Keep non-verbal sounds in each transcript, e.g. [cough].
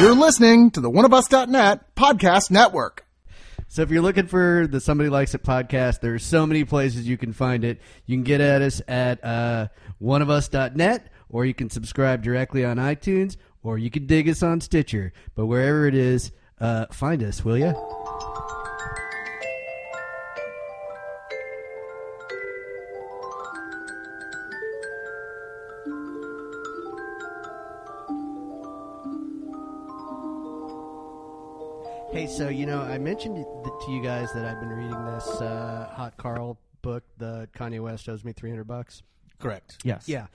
You're listening to the oneofus.net podcast network. So if you're looking for the Somebody Likes It podcast, there's so many places you can find it. You can get at us at uh, oneofus.net, or you can subscribe directly on iTunes, or you can dig us on Stitcher. But wherever it is, uh, find us, will you? Hey, so you know, I mentioned th- to you guys that I've been reading this uh, Hot Carl book, the Kanye West owes me three hundred bucks. Correct. Yes. Yeah,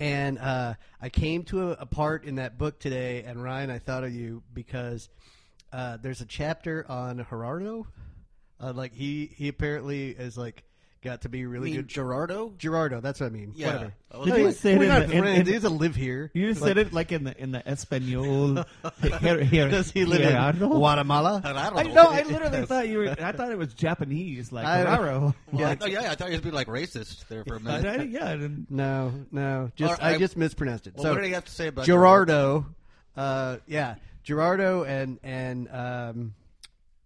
and uh, I came to a, a part in that book today, and Ryan, I thought of you because uh, there's a chapter on Gerardo. Uh, like he he apparently is like got to be really good. Gerardo? Gerardo, that's what I mean. Yeah. Whatever. Oh, Did you say it We're in not the- in- friends. in- He doesn't live here. You said it like in the in the Espanol. here, here, Does he live in Gerardo? Guatemala? I know. I literally thought you were. I thought it was Japanese, like I- Ferraro. Well, I thought- yeah, I thought you was being like racist there for a [laughs] I- minute. I- yeah, and No, no. Just All right, I just mispronounced it. Well, so what do you have to say about Gerardo? Uh, yeah, Gerardo and and um,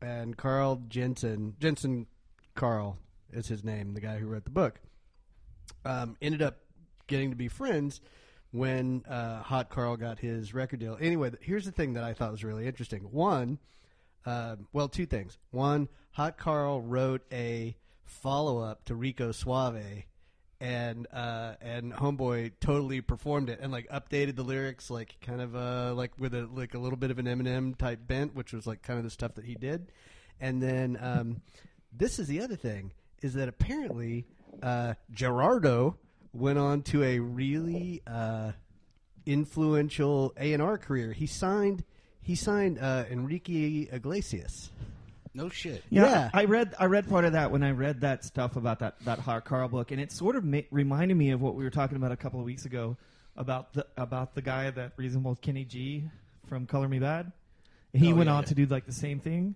and Carl Jensen. Jensen Carl is his name. The guy who wrote the book um, ended up getting to be friends when uh, Hot Carl got his record deal. Anyway, th- here's the thing that I thought was really interesting. One, um, well, two things. One, Hot Carl wrote a follow up to Rico Suave, and uh, and Homeboy totally performed it and like updated the lyrics, like kind of uh, like with a like a little bit of an Eminem type bent, which was like kind of the stuff that he did. And then um, this is the other thing is that apparently uh, Gerardo went on to a really uh, influential A and R career. He signed he signed uh, Enrique Iglesias. No shit. Yeah, Yeah. I read I read part of that when I read that stuff about that that Hart Carl book, and it sort of ma- reminded me of what we were talking about a couple of weeks ago about the about the guy that reasonable Kenny G from Color Me Bad. And he Oh, went yeah, on yeah. to do like the same thing.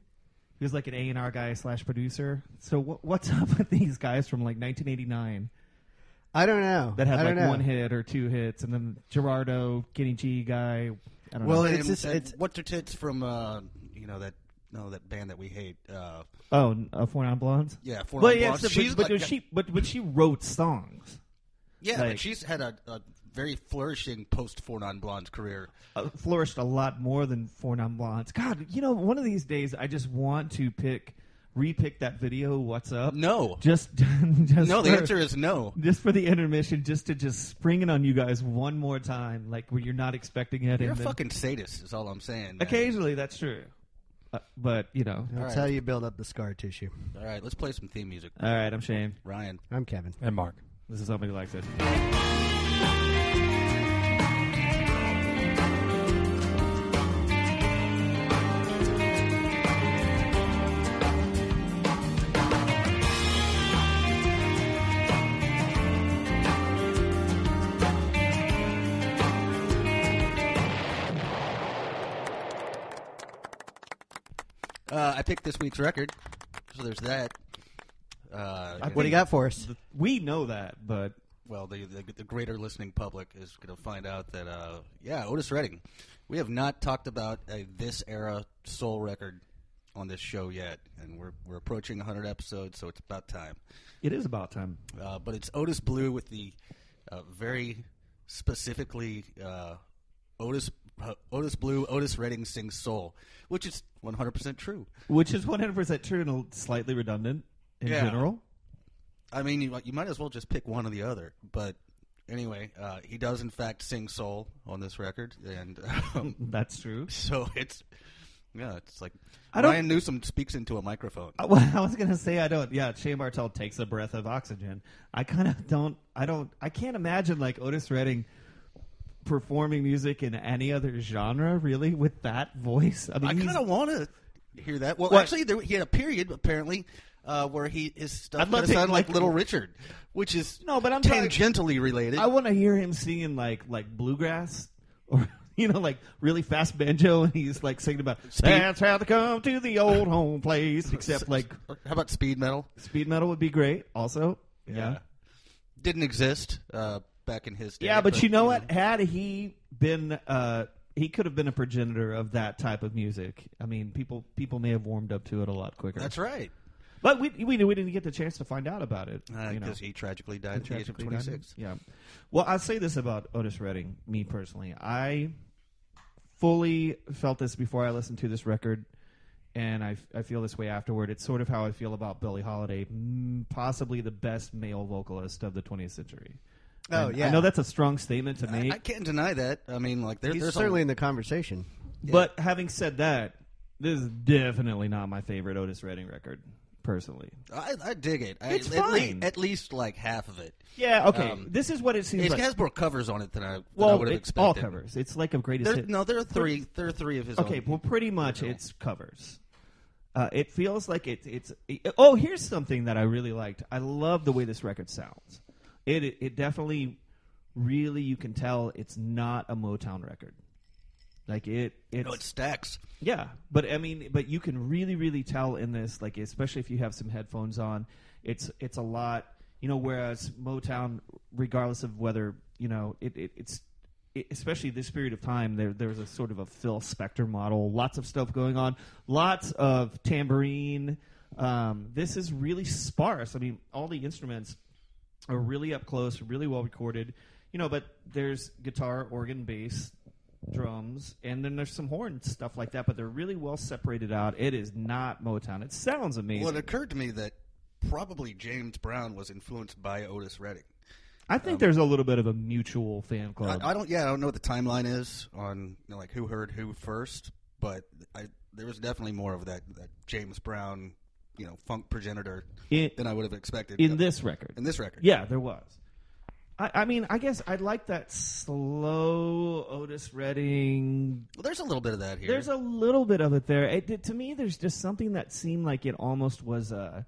He was like an A and R guy slash producer. So wh- what's [laughs] up with these guys from like 1989 I don't know that had I like don't know. one hit or two hits, and then Gerardo Kenny G guy? I don't Well, know. it- And- it's just- and it's- what's her tits from uh, you know that no that band that we hate. Uh, oh, n- uh, Four Non Blondes. yeah, Four But Non yeah, Blondes. so- She's but, but like- she but but she wrote songs. yeah, like- but she's had a, a very flourishing post Four Non Blondes career. uh, flourished a lot more than Four Non Blondes. God, you know, one of these days I just want to pick, repick that video. What's up? No, just, [laughs] just no. For, The answer is no. [laughs] just for the intermission, just to just spring it on you guys one more time, like where you're not expecting it. You're a and then- fucking sadist. Is all I'm saying. man. Occasionally, that's true, uh, but you know. That's All how right. you build up the scar tissue. All right, let's play some theme music. All right, I'm Shane. Ryan, I'm Kevin. And Mark. This is somebody likes it. uh, I picked this week's record, so there's that. Uh, I What do you got for us? We know that, but well, the, the the greater listening public is going to find out that uh, yeah, Otis Redding. We have not talked about a this era soul record on this show yet, and we're we're approaching 100 episodes, so it's about time. it is about time. Uh, but it's Otis Blue with the uh, very specifically uh, Otis uh, Otis Blue Otis Redding sings soul, which is 100 percent true. Which is 100% true and slightly redundant in Yeah. general. I mean, you, you might as well just pick one or the other. But anyway, uh, he does in fact sing soul on this record, and [laughs] um, That's [laughs] true. so it's yeah, it's like I don't- Ryan Newsom speaks into a microphone. Uh, Well, [laughs] I was gonna say I don't. Yeah, Shane Bartell takes a breath of oxygen. I kind of don't. I don't. I can't imagine like Otis Redding performing music in any other genre really with that voice. I mean, I he's- kind of want to hear that. Well, What? actually, there, he had a period apparently uh, where he his stuff I'd kind love of to- sounded like like- Little Richard, which is No, but I'm talking- tangentially related. I want to hear him singing like like bluegrass or [laughs] you know like really fast banjo, and he's like singing about that's how to come to the old home place. Except like How about speed metal? speed metal would be great. Also, yeah. Didn't exist uh, back in his day. Yeah, but you know what? Had he been uh, he could have been a progenitor of that type of music. I mean, people people may have warmed up to it a lot quicker. That's right. But we we we didn't get the chance to find out about it. Because you know. he tragically died at the age of Tragically died. 26. Yeah. Well, I'll say this about Otis Redding, me personally. I fully felt this before I listened to this record, and I, I feel this way afterward. It's sort of how I feel about Billie Holiday, mm, possibly the best male vocalist of the 20th century. Oh, And yeah. I know that's a strong statement to I, make. I can't deny that. I mean, like, there, He's there's certainly a, in the conversation. But having said that, this is definitely not my favorite Otis Redding record, personally. I, I dig it. I- It's at, le- fine. at least like half of it. Yeah, okay. Um, this is what it seems It like. has more covers on it than I, than I well, would have it's expected. all covers. It's like a greatest There, hit. no, there are three. There are three of his. Okay, own. well, pretty much it's covers. Uh, it feels like it, it's. It, oh, here's something that I really liked. I love the way this record sounds. It it definitely, really, you can tell it's not a Motown record. Like it, it's, no, it stacks. yeah. But I mean, but you can really, really tell in this, like especially if you have some headphones on, it's it's a lot. You know, whereas Motown, regardless of whether you know it, it it's it, especially this period of time, there there's a sort of a Phil Spector model, lots of stuff going on, lots of tambourine. Um, this is really sparse. I mean, all the instruments are really up close, really well recorded. You know, but there's guitar, organ, bass, drums, and then there's some horn stuff like that. But they're really well separated out. It is not Motown. It sounds amazing. Well, it occurred to me that probably James Brown was influenced by Otis Redding. I think there's a little bit of a mutual fan um, club. I, I don't. Yeah, I don't know what the timeline is on you know, like who heard who first, but I there was definitely more of that, that James Brown, you know, funk progenitor In- than I would have expected in this record. in this record. Yeah, there was. I, I mean, I guess I like that slow Otis Redding. Well, there's a little bit of that here. There's a little bit of it there. It, did- to me, there's just something that seemed like it almost was a,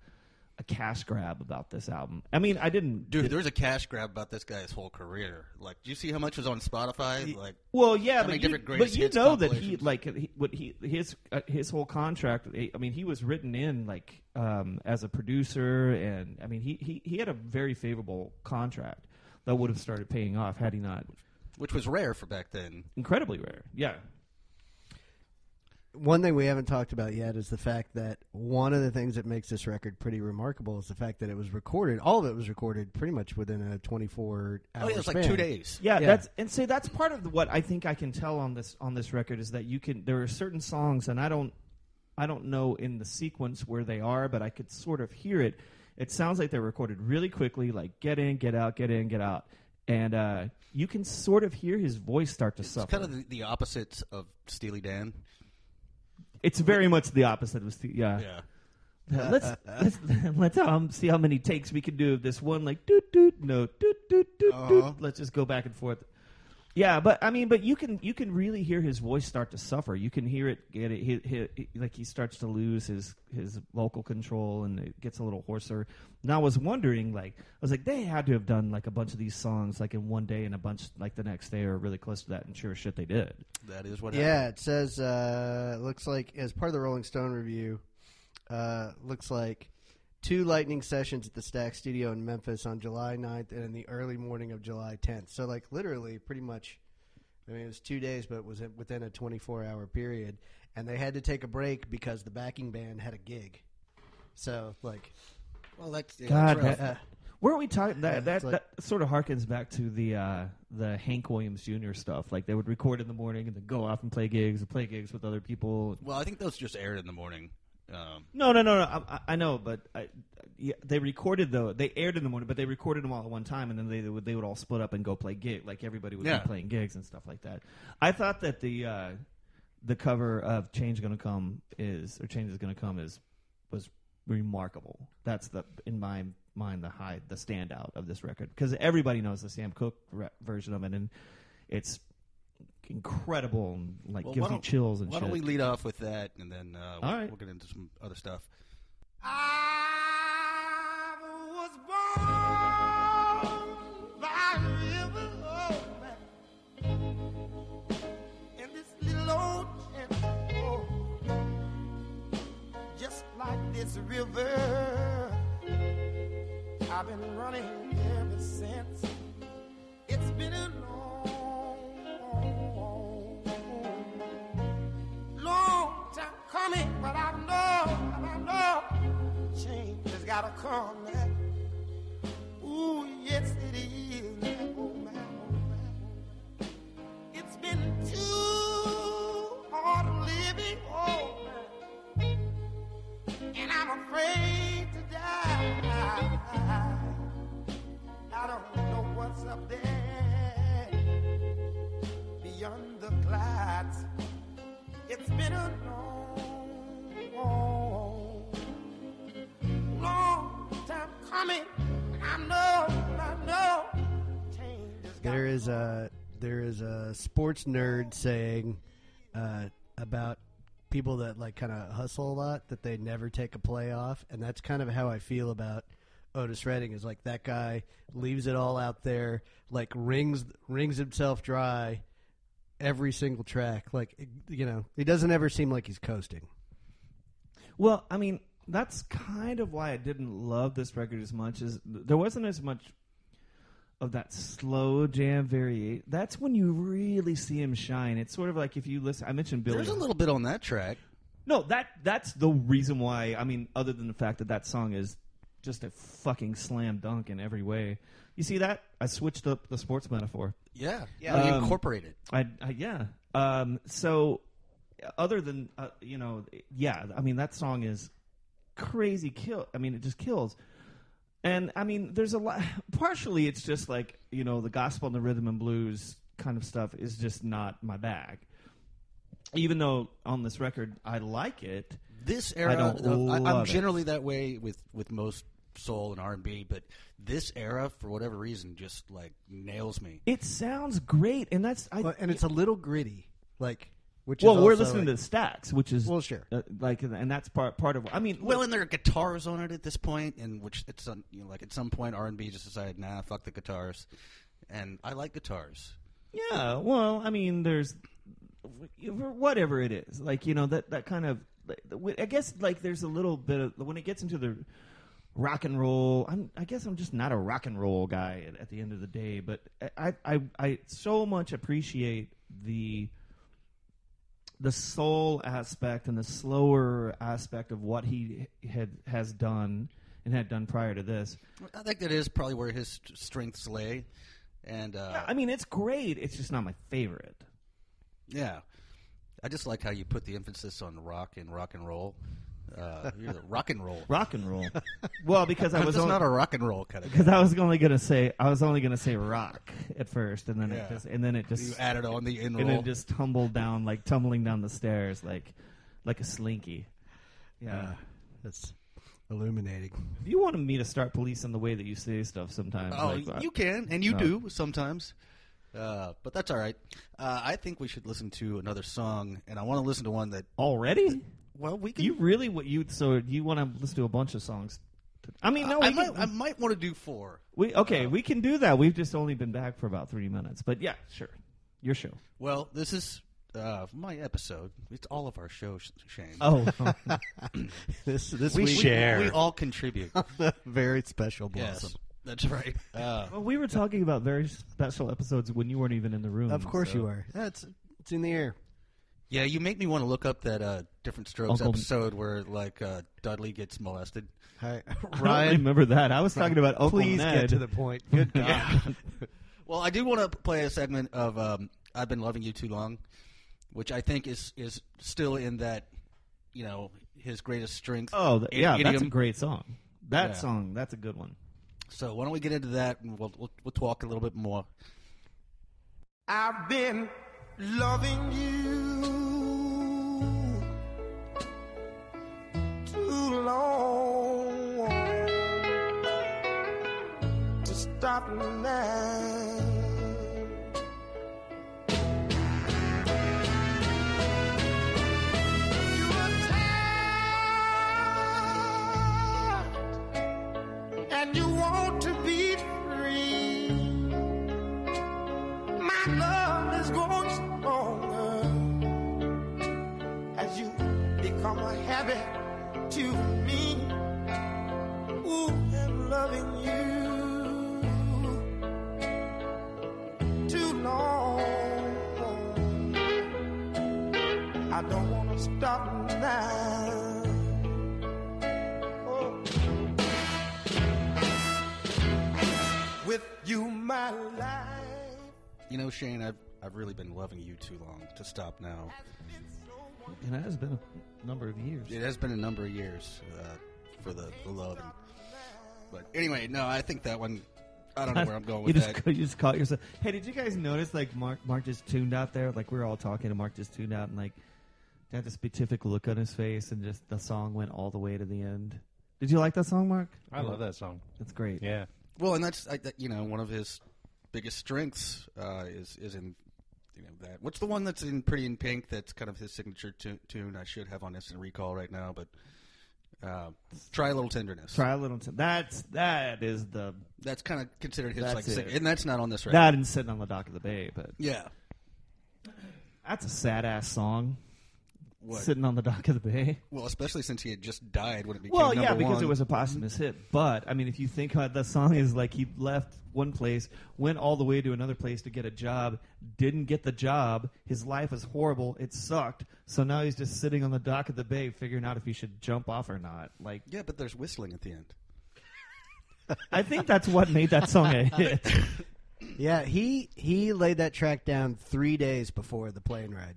a cash grab about this album. I mean, I didn't. Dude, there was a cash grab about this guy's whole career. Like, do you see how much was on Spotify? Like, Well, yeah, How but many you, different greatest but you hits know that he compilations? like he, what he his uh, his whole contract. I mean, he was written in like um, as a producer, and I mean, he, he he had a very favorable contract that would have started paying off had he not. which was rare for back then. Incredibly rare. Yeah, One thing we haven't talked about yet is the fact that one of the things that makes this record pretty remarkable is the fact that it was recorded. All of it was recorded pretty much within a 24 hour Oh, yeah, it was like span. two days. yeah, Yeah. That's and say that's part of what I think I can tell on this on this record is that you can there are certain songs and I don't I don't know in the sequence where they are, but I could sort of hear it. It sounds like they're recorded really quickly, like get in, get out, get in, get out, and uh, you can sort of hear his voice start to It's suffer. kind of the, the opposites of Steely Dan. it's very much the opposite of Steve. Yeah. Yeah. Uh, let's let's [laughs] let's um, see how many takes we can do of this one. Like doot doot no doot doot doot Uh-huh. doot. Let's just go back and forth. Yeah, but I mean, but you can you can really hear his voice start to suffer. You can hear it get it, he, he, he- like he starts to lose his his vocal control and it gets a little hoarser. And I was wondering, like, I was like, they had to have done like a bunch of these songs like in one day and a bunch like the next day or really close to that. And sure as shit, they did. That is what happened. Yeah, it says uh looks like as part of the Rolling Stone review, uh looks like two lightning sessions at the Stack Studio in Memphis on July 9th and in the early morning of July 10th. So like literally pretty much I mean it was 2 days but it was within a 24-hour period and they had to take a break because the backing band had a gig. So like uh, Well, that's, yeah, God, that's rough. that, weren't we talking? That that, it's like- that sort of harkens back to the uh, the Hank Williams Jr. stuff. Like they would record in the morning and then go off and play gigs and play gigs with other people. Well, I think those just aired in the morning. Um, No, no, no, no. I, I- I know, but I, yeah, they recorded though. They aired in the morning, but they recorded them all at one time, and then they, would they would all split up and go play gig. Like everybody would Yeah. be playing gigs and stuff like that. I thought that the uh, the cover of Change Gonna Come is or Change is Gonna Come is was remarkable. That's the in my mind the high the standout of this record because everybody knows the Sam Cooke re- version of it, and it's incredible and like well, why gives you don't- chills and Why shit. don't we lead off with that, and then uh, we'll, right. we'll get into some other stuff. I was born by a river of light in this little old tent, oh, just like this river. I've been running ever since. It's been a long, gotta come back. Ooh, yes it is. Man, oh, man, oh, man, oh, man. It's been too hard living, oh man. And I'm afraid to die. I don't know what's up there beyond the clouds. It's been a long, long time coming. and I know, I know. Change has got There is a there is a sports nerd saying uh, about people that like kind of hustle a lot that they never take a play off, and that's kind of how I feel about Otis Redding. Is like that guy leaves it all out there, like rings rings himself dry every single track. Like you know, he doesn't ever seem like he's coasting. Well, I mean, that's kind of why I didn't love this record as much as there wasn't as much of that slow jam variation. That's when you really see him shine. It's sort of like if you listen. I mentioned Billy. There's a little bit on that track. No, that that's the reason why. I mean, other than the fact that that song is just a fucking slam dunk in every way. You see that? I switched up the sports metaphor. Yeah, Yeah. Well, you Um, incorporate it. I, I yeah. Um, so, other than uh, you know, yeah. I mean, that song is crazy. Kill. I mean, it just kills. And I mean, there's a lot. [laughs] Partially, it's just like you know, the gospel and the rhythm and blues kind of stuff is just not my bag. Even though on this record I like it, This era, don't uh, I, am love it. generally that way with with most soul and R&B, but this era, for whatever reason, just like nails me. it sounds great, and that's I. Well, and it's a little gritty, like which. well, is we're also, listening like- to Stacks, which is Well, sure. uh, like, and that's part part of. I mean, Well, and there are guitars on it at this point, and which it's on, you know, like at some point R&B just decided, nah, fuck the guitars, and I like guitars. Yeah, well, I mean, there's whatever it is, like you know that that kind of. I guess like there's a little bit of when it gets into the rock and roll. I'm, I guess I'm just not a rock and roll guy at, at the end of the day, but I, I I so much appreciate the the soul aspect and the slower aspect of what he had has done and had done prior to this. I think that is probably where his st- strengths lay, and uh, I mean, it's great. It's just not my favorite. Yeah, I just like how you put the emphasis on rock and rock and roll. Uh, you're the rock and roll. rock and roll. well, because I I'm was just on- [laughs] not a rock and roll kind of guy. because I was only gonna say I was only gonna say rock at first, and then it Yeah. just and then it You just added on the in and roll. it just tumbled down like tumbling down the stairs like like a slinky. Yeah, That's illuminating. you wanted me to start policing the way that you say stuff sometimes. oh, like, uh, you can and you No. do sometimes, uh, but that's all right. Uh, I think we should listen to another song, and I want to listen to one that. already? Well, we can. You really what you so you want to listen to a bunch of songs? I mean, no, we Uh, I, can- might, Uh. I might want to do four. we okay, we can do that. We've just only been back for about three minutes, but yeah, sure, your show. Well, this is uh, my episode. It's all of our shows, Shane. [laughs] Oh, This this we, week, [laughs] We, we all [laughs] contribute. very special blossom. yes, that's right. Uh, Well, we were talking about very special episodes when you weren't even in the room. Of course so- you are. That's it's in the air. Yeah, you make me want to look up that uh, different strokes Uncle- episode where like uh, Dudley gets molested. [laughs] Hi, I don't Ryan. remember that. I was talking about Uncle Please Ned. get to the point. [laughs] Good God. Uh, [laughs] Well, I do want to play a segment of um, "I've Been Loving You Too Long," which I think is is still in that you know his greatest strength. Oh, th- i- yeah, that's a idiom. great song. That Yeah. song, that's a good one. So why don't we get into that and we'll we'll, we'll talk a little bit more. I've been loving you too long to stop now. You were tired And you want to be free. My love is growing stronger as you become a habit to me. Ooh, I'm loving you too long. I don't want to stop now. Oh. You know, Shane, I've I've really been loving you too long to stop now. And it has been a number of years. It has been a number of years uh, for the, the love. And, but anyway, no, I think that one. I don't know where I'm [laughs] going with you just, that. you just caught yourself. Hey, did you guys notice like Mark Mark just tuned out there? Like we were all talking, and Mark just tuned out, and like had this beatific look on his face, and just the song went all the way to the end. Did you like that song, Mark? I love that song. That's great. Yeah. Well, and that's I, that, you know one of his biggest strengths uh, is is in you know that. What's the one that's in Pretty in Pink? That's kind of his signature tu- tune. I should have on instant recall right now, but uh, try a little tenderness. Try a little. T- that's that is the That's kind of considered his That's like, sig- it. and that's not on this record. that and sitting on the dock of the bay. But yeah, that's a sad ass song. What? Sitting on the dock of the bay. well, especially since he had just died when it became Well, number yeah, because one. it was a posthumous hit. But I mean, if you think about the song is like he left one place, went all the way to another place to get a job, didn't get the job. His life was horrible. It sucked. So now he's just sitting on the dock of the bay, figuring out if he should jump off or not. Like, yeah, but there's whistling at the end. I think that's what made that song [laughs] a hit. Yeah, he he laid that track down three days before the plane ride.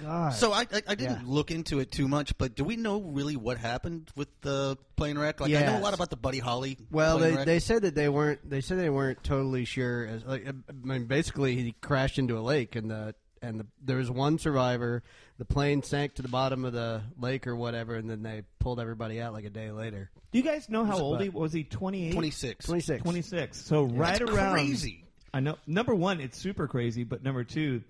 God, So I, I, I didn't Yeah. look into it too much, but do we know really what happened with the plane wreck? Like I know a Yes. lot about the Buddy Holly. Well, plane they, wreck. they said that they weren't they said they weren't totally sure. As like, uh, I mean, basically he crashed into a lake and the and the, there was one survivor. The plane sank to the bottom of the lake or whatever, and then they pulled everybody out like a day later. do you guys know how old about- he was? He twenty eight. 26. Twenty six. 26. So right That's around crazy. I know. Number one, it's super crazy, but number two,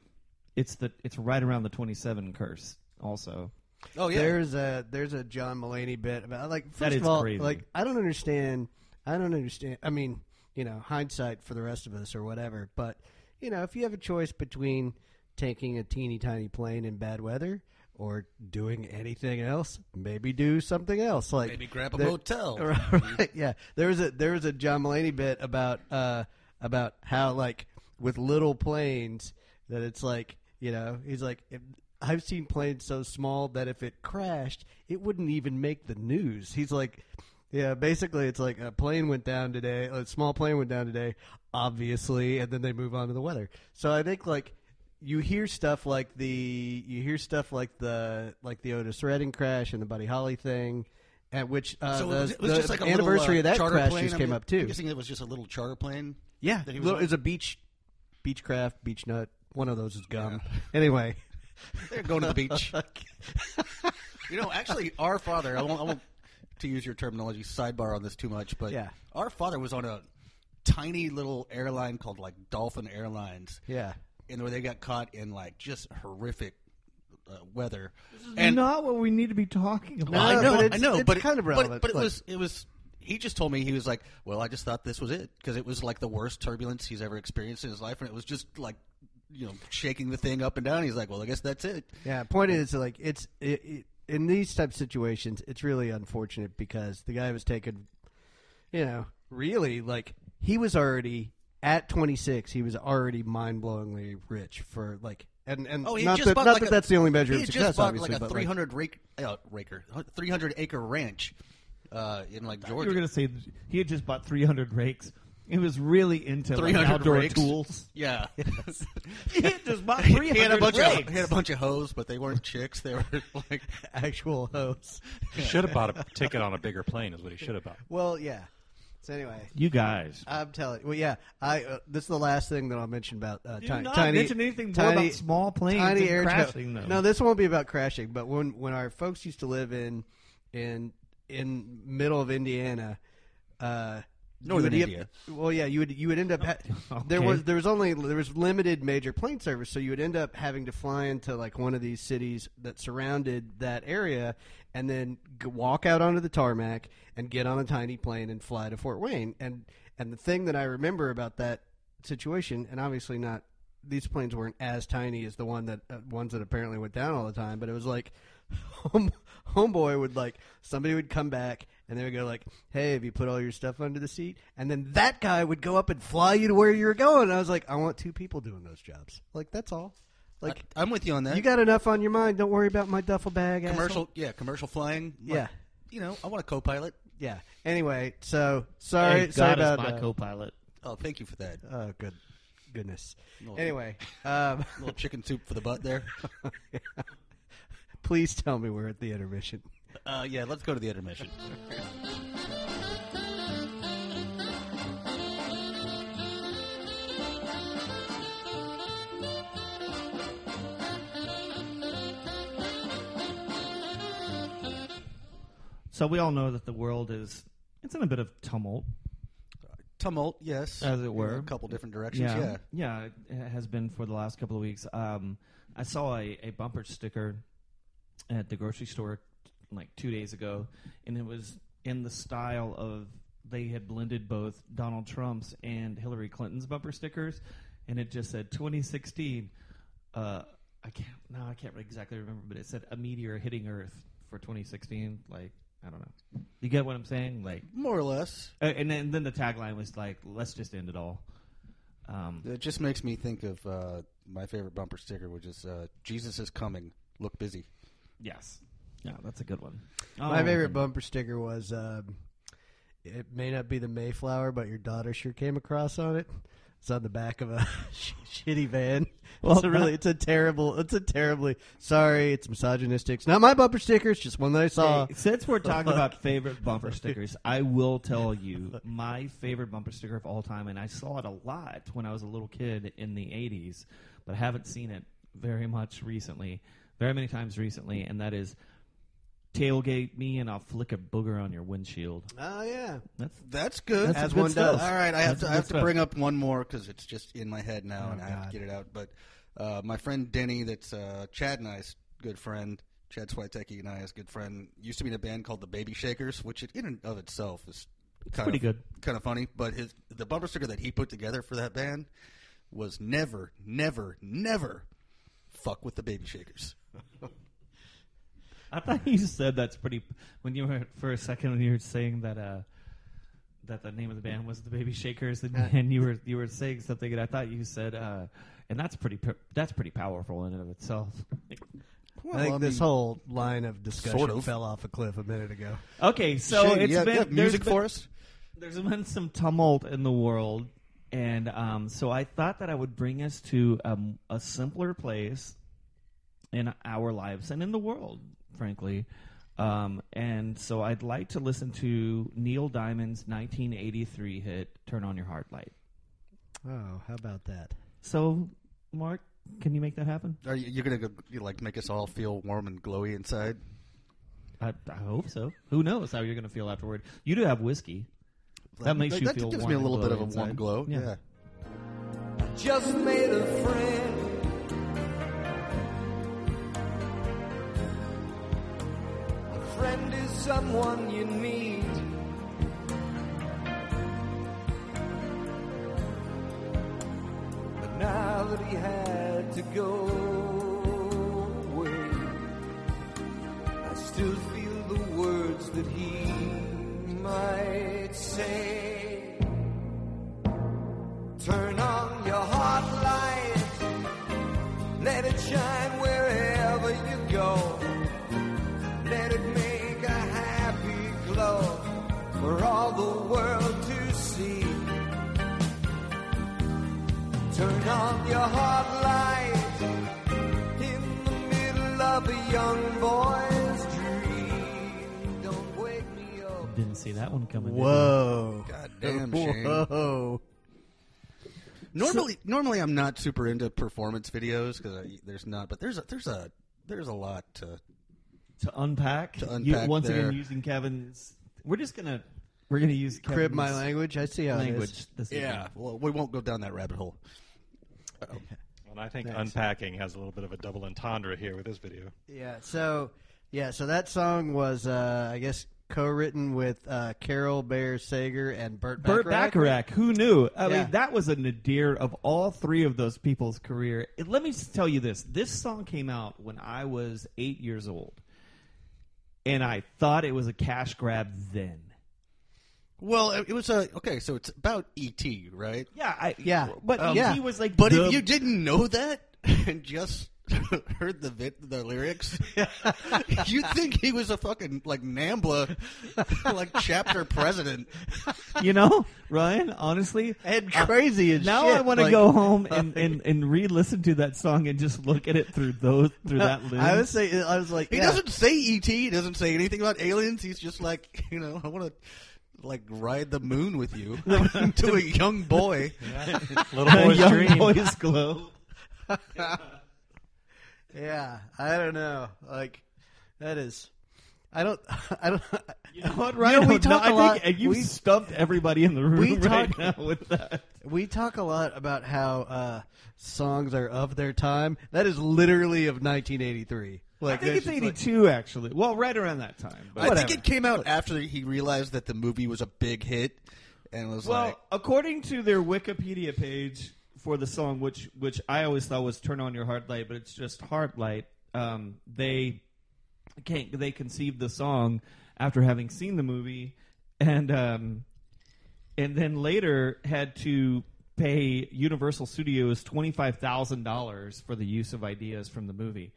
it's the it's right around the 27 curse. Also, Oh yeah. There's a there's a John Mulaney bit about like first That is of all crazy. like I don't understand I don't understand I mean you know hindsight for the rest of us or whatever but you know if you have a choice between taking a teeny tiny plane in bad weather or doing anything else maybe do something else like Maybe grab a there- [laughs] motel. right yeah there was a there was a John Mulaney bit about uh about how like with little planes that it's like you know he's like if, I've seen planes so small that if it crashed it wouldn't even make the news he's like yeah basically it's like a plane went down today a small plane went down today obviously and then they move on to the weather so I think like you hear stuff like the you hear stuff like the like the Otis Redding crash and the Buddy Holly thing, at which uh, so the, it was, it was the just like a anniversary little, uh, of that charter crash plane. just I came mean, up too. I'm guessing it was just a little charter plane. yeah, that he was well, on. it was a beach, beechcraft, beach nut. One of those is gum. [laughs] Anyway, They're going to the beach. [laughs] you know, actually, our father. I won't, I won't to use your terminology sidebar on this too much, but Yeah. our father was on a tiny little airline called like Dolphin Airlines. [laughs] yeah, and where they got caught in like just horrific uh, weather. and And not what we need to be talking about. No, I know, but it's- I know, it's but it- kind of but- relevant. But, it Look. was, it was. He just told me he was like, "Well, I just thought this was it because it was like the worst turbulence he's ever experienced in his life, and it was just like, you know, shaking the thing up and down." He's like, "Well, I guess that's it." yeah. Point is like it's it, it, in these type of situations it's really unfortunate because the guy was taken, you know, really like he was already at 26 he was already mind-blowingly rich for like and and Oh, he not just that, bought not like that a- that's the only measure He of just success bought obviously like a but three hundred rake, uh, raker, three hundred acre ranch uh, in like you were Georgia. going to say he had just bought 300 rakes. He was really into like, 300 outdoor rakes. tools. [laughs] [laughs] yeah, [laughs] [laughs] he had just bought he 300 had a bunch rakes. of he had a bunch of hoes, but they weren't chicks. They were [laughs] like actual hosts. Should have bought a ticket on a bigger plane, is what he should have bought. Well, yeah. So anyway, you guys. I'm telling. Well, yeah. I uh, this is the last thing that I'll mention about uh, Do ti- not tiny. mention anything more tiny, about small planes tiny and air tra- crashing, though. No, this won't be about crashing. But when when our folks used to live in in in middle of Indiana, uh, you Northern would e- India. well, yeah, you would you would end up. Ha- There Okay. was there was only there was limited major plane service, so you would end up having to fly into like one of these cities that surrounded that area, and then g- walk out onto the tarmac and get on a tiny plane and fly to Fort Wayne. And and the thing that I remember about that situation, and obviously not these planes weren't as tiny as the one that uh, ones that apparently went down all the time, but it was like [laughs] oh home, [laughs] homeboy would like somebody would come back and they would go like, "Hey, have you put all your stuff under the seat?" And then that guy would go up and fly you to where you were going. And I was like, "I want two people doing those jobs. Like that's all. Like I, am with you on Uh, that. you got enough on your mind. Don't worry about my duffel bag." commercial, asshole." yeah, commercial flying. Like, Yeah. you know, I want a co-pilot. Yeah. Anyway, so Hey, sorry. God sorry is about my uh, co-pilot. Oh, thank you for that. Oh, good. goodness. Anyway, um, little chicken soup for the [laughs] butt there. please tell me we're at the intermission. Uh, yeah, let's go to the intermission. So we all know that the world is it's in a bit of tumult, Tumult, yes, As it You know, were. a couple different directions. Yeah, yeah, it has been for the last couple of weeks. Um, I saw a, a bumper sticker at the grocery store like two days ago, and it was in the style of they had blended both Donald Trump's and Hillary Clinton's bumper stickers, and it just said 2016. Uh, I can't no, I can't exactly remember, but it said a meteor hitting Earth for 2016. Like I don't know, you get what I'm saying? Like, more or less. uh, and then, then the tagline was like, "Let's just end it all." Um, It just makes me think of uh, my favorite bumper sticker, which is uh, "Jesus is coming. Look busy." Yes. Yeah, that's a good one. Oh. Um, My [laughs] favorite bumper sticker was um, it may not be the Mayflower, but your daughter sure came across on it. It's on the back of a [laughs] sh- shitty van. it's a really, it's a terrible, it's a terribly sorry, it's misogynistic. It's not my bumper sticker. It's just one that I saw. since we're [laughs] talking about favorite bumper stickers, I will tell you my favorite bumper sticker of all time, and I saw it a lot when I was a little kid in the '80s, but I haven't seen it very much recently, very many times recently, and that is tailgate me and I'll flick a booger on your windshield. Oh yeah, That's That's good. That's As good one stuff. does. All right, I have That's to. good I have stuff. Oh, to bring up one more because it's just in my head now, and I have God. to get it out. But uh, my friend Denny, that's uh, Chad and I's good friend, Chad Swiatecki and I's good friend, used to be in a band called the Baby Shakers, which it, in and of itself is kind pretty of, good. kind of funny. But his the bumper sticker that he put together for that band was never, never, never fuck with the Baby Shakers. I thought you said that's pretty. When you were for a second when you were saying that uh, that the name of the band was the Baby Shakers, and, and you were you were saying something, and I thought you said, uh, and that's pretty p- that's pretty powerful in and of itself. Well, I think I this mean, whole line of discussion Sort of. fell off a cliff a minute ago. Okay, so Shane, it's you have- been you have there's music been- for us. There's been [laughs] some tumult in the world, and um, so I thought that I would bring us to um, a simpler place in our lives and in the world, frankly. Um, and so I'd like to listen to Neil Diamond's 1983 hit "Turn On Your Heart Light." Oh, how about that? So, Mark, can you make that happen? Are you, you're gonna go, you like make us all feel warm and glowy inside? I, I hope so. Who knows how you're going to feel afterward? You do have whiskey. That makes you that feel gives warm me a and little bit of a glowy warm inside. glow. Yeah. yeah. Just made a friend. A friend is someone you need. But now that he had to go away, I still feel the words that he might say. Turn on your heart light. Let it shine wherever you go. Let it make a happy glow for all the world to see. Turn on your heart light in the middle of a young boy's dream. Don't wake me up. Didn't see that one coming. did you? Whoa! [laughs] God damn, Shane. Whoa! Normally, normally I'm not super into performance videos because there's not, but there's a, there's a there's a lot to. to unpack. To You- unpack once there. again, using Kevin's. We're just gonna we're gonna use Kevin's Crib my language. I see how It is. language. This evening. well, we won't go down that rabbit hole. And I think unpacking has a little bit of a double entendre here with this video. Yeah. So yeah. So that song was, uh, I guess, co-written with uh, Carol Bear Sager and Burt. Burt Bacharach. Who knew? I Yeah. mean, that was a nadir of all three of those people's career. And let me just tell you this: this song came out when I was eight years old, and I thought it was a cash grab then. Well, it it was a okay, so it's about ET, right? Yeah, I, Yeah. but Um, he yeah. was like, But the- if you didn't know that [laughs] and just [laughs] heard the vi- the [laughs] lyrics, you'd think he was a fucking like Nambla, [laughs] like chapter president. [laughs] you know, Ryan. Honestly, [laughs] And crazy as now shit. I want to like- go home and, and, and re-listen to that song and just look at it through those through that [laughs] lens. [laughs] I was say I was like, He yeah. doesn't say ET. He doesn't say anything about aliens. He's just like [laughs] you know, I want to like ride the moon with you to a young boy. [laughs] Little [laughs] [laughs] boy's young dream. boys glow. Yeah, I don't know. Like that is, I don't, [laughs] I don't. You [laughs] know what, Ryan? know, we No, talk I a lot- Think, you we- stumped everybody in the room [laughs] we right talk- now with that. We talk a lot about how uh, songs are of their time. That is literally of 1983. Like I think that's it's just like- '82, actually. Well, right around that time. But. I think Whatever. it came out after he realized that the movie was a big hit, and was Well, like, according to their Wikipedia page for the song, which which I always thought was "Turn on Your Heart Light," but it's just "Heart Light." Um, they can't they conceived the song after having seen the movie, and um, and then later had to pay Universal Studios twenty five thousand dollars for the use of ideas from the movie.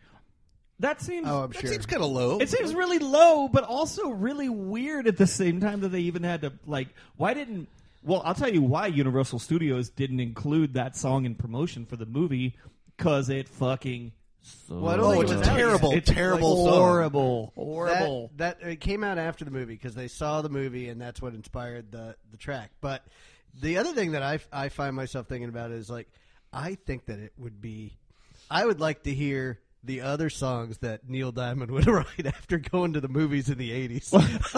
That seems oh, I'm that sure. seems kind of low. it seems really low, but also really weird at the same time that they even had to like. Why didn't? Well, I'll tell you why Universal Studios didn't include that song in promotion for the movie because it fucking. Well, I don't oh, think it's it a was out yet. terrible, It's terrible song. That, that it came out after the movie because they saw the movie and that's what inspired the the track. But the other thing that I I find myself thinking about is like I think that it would be I would like to hear the other songs that Neil Diamond would [laughs] write after going to the movies in the eighties. [laughs]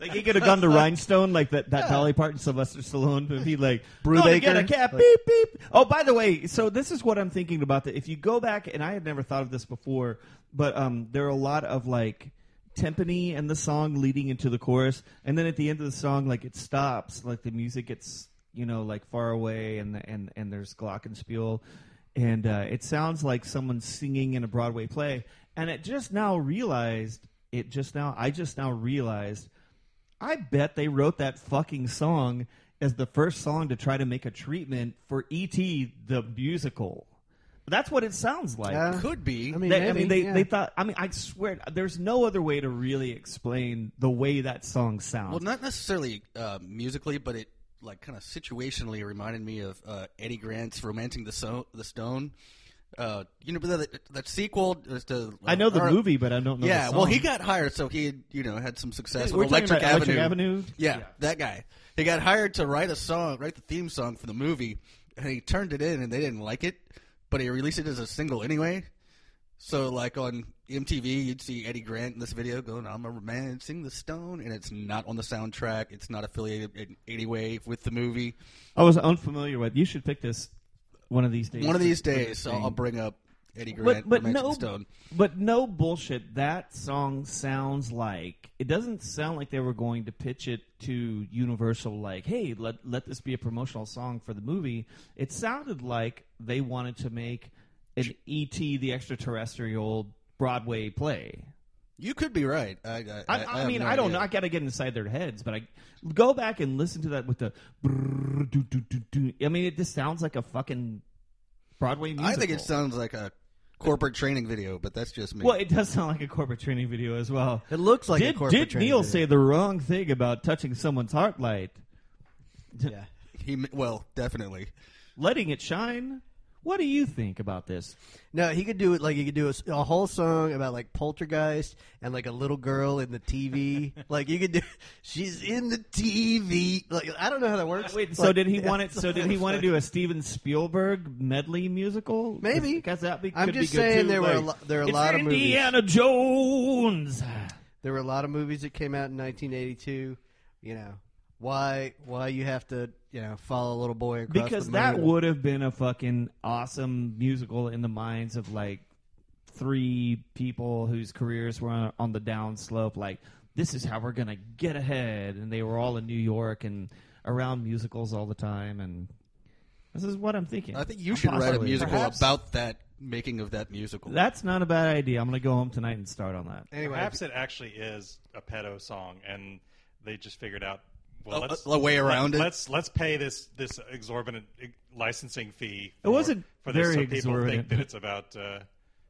Like he could have gone to Rhinestone, like that, that Dolly Parton, Sylvester Stallone movie, like Brubaker? "Gonna get a cat, Like- beep beep. Oh, by the way, so this is what I'm thinking about. That if you go back, and I had never thought of this before, but um, there are a lot of like timpani and the song leading into the chorus, and then at the end of the song, like it stops, like the music gets you know like far away, and and and there's glockenspiel, and uh, it sounds like someone singing in a Broadway play, and it just now realized. It just now, I just now realized I bet they wrote that fucking song as the first song to try to make a treatment for E.T. the musical. That's what it sounds like. Yeah. Could be. I mean, They- I maybe, mean, they, yeah. they thought. I mean, I swear, there's no other way to really explain the way that song sounds. Well, not necessarily uh, musically, but it like kind of situationally reminded me of uh, Eddie Grant's "Romancing the, so- the Stone." Uh, you know, but that, that sequel uh, is to I know the or- movie, but I don't know. Yeah, the song. well, he got hired, so he had, you know had some success We're with talking Electric about Avenue. Electric Avenue? Yeah, Yeah. that guy. He got hired to write a song, write the theme song for the movie, and he turned it in, and they didn't like it, but he released it as a single anyway. So, like on MTV, you'd see Eddie Grant in this video going, "I'm a romancing the stone," and it's not on the soundtrack. It's not affiliated in any way with the movie. I was unfamiliar with. You should pick this one of these days. One of these for this days, so thing. I'll bring up Eddie Grant, but, but Romancing no, the Stone. but no bullshit. That song sounds like it doesn't sound like they were going to pitch it to Universal. Like, hey, let let this be a promotional song for the movie. It sounded like they wanted to make an ET the extraterrestrial Broadway play. You could be right. I, I, I, I I, have mean, no I don't idea. know. I got to get inside their heads, but I go back and listen to that with the. brrrr, doo, doo, doo, doo. I mean, it just sounds like a fucking Broadway musical. I think it sounds like a corporate training video, but that's just me. Well, it does sound like a corporate training video as well. it looks like did a corporate did training Neil video. say the wrong thing about touching someone's heart light? Yeah. he well, definitely. Letting it shine? What do you think about this? No, he could do it like he could do a, s- a whole song about like poltergeist and like a little girl in the [laughs] TV. like you could do, she's in the TV. Like I don't know how that works. Wait, so Like, did he yeah, want it? So did he want to do a Steven Spielberg medley musical? Maybe. because that be, could I'm just be good saying too, there were a like, lo- there are a "It's lot of movies." Indiana Jones. [laughs] There were a lot of movies that came out in 1982. You know why? Why you have to you know follow a little boy across Because the that moon. would have been a fucking awesome musical in the minds of like three people whose careers were on, on the down slope. Like, this is how we're gonna get ahead, and they were all in New York and around musicals all the time. And this is what I'm thinking. I think you should write a Possibly. musical Perhaps- about that making of that musical. That's not a bad idea. I'm gonna go home tonight and start on that. anyway. Perhaps it actually is a pedo song, and they just figured out well, A- let's, a way around it? Let's let's pay this this exorbitant eh, licensing fee. wasn't for this, very so people think exorbitant. that it's about uh,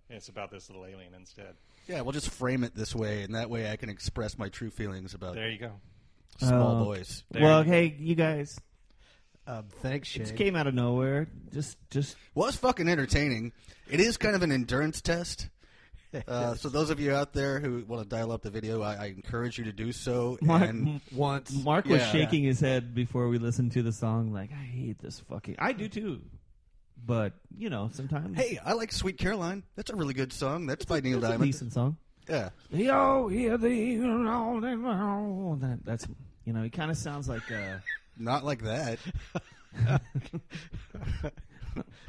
And it's about this little alien instead. Yeah, we'll just frame it this way, and that way I can express my true feelings about There you go. small Oh. boys. Well, hey, you guys, Um, thanks, Shane. it just came out of nowhere. Just, just Well, it's fucking entertaining. It is kind of an endurance [laughs] test. Uh, so those of you out there who want to dial up the video, I, I encourage you to do so. Mark, and Once. Mark was Yeah. shaking his head before we listened to the song. Like, I hate this fucking. I do too, but you know, sometimes hey, I like Sweet Caroline. That's a really good song. That's by Neil it's a Diamond. decent song. Yeah. Yo, hear oh, the eagle all day long. That, that's you know, he kind of sounds like [laughs] uh, Not like [laughs] that.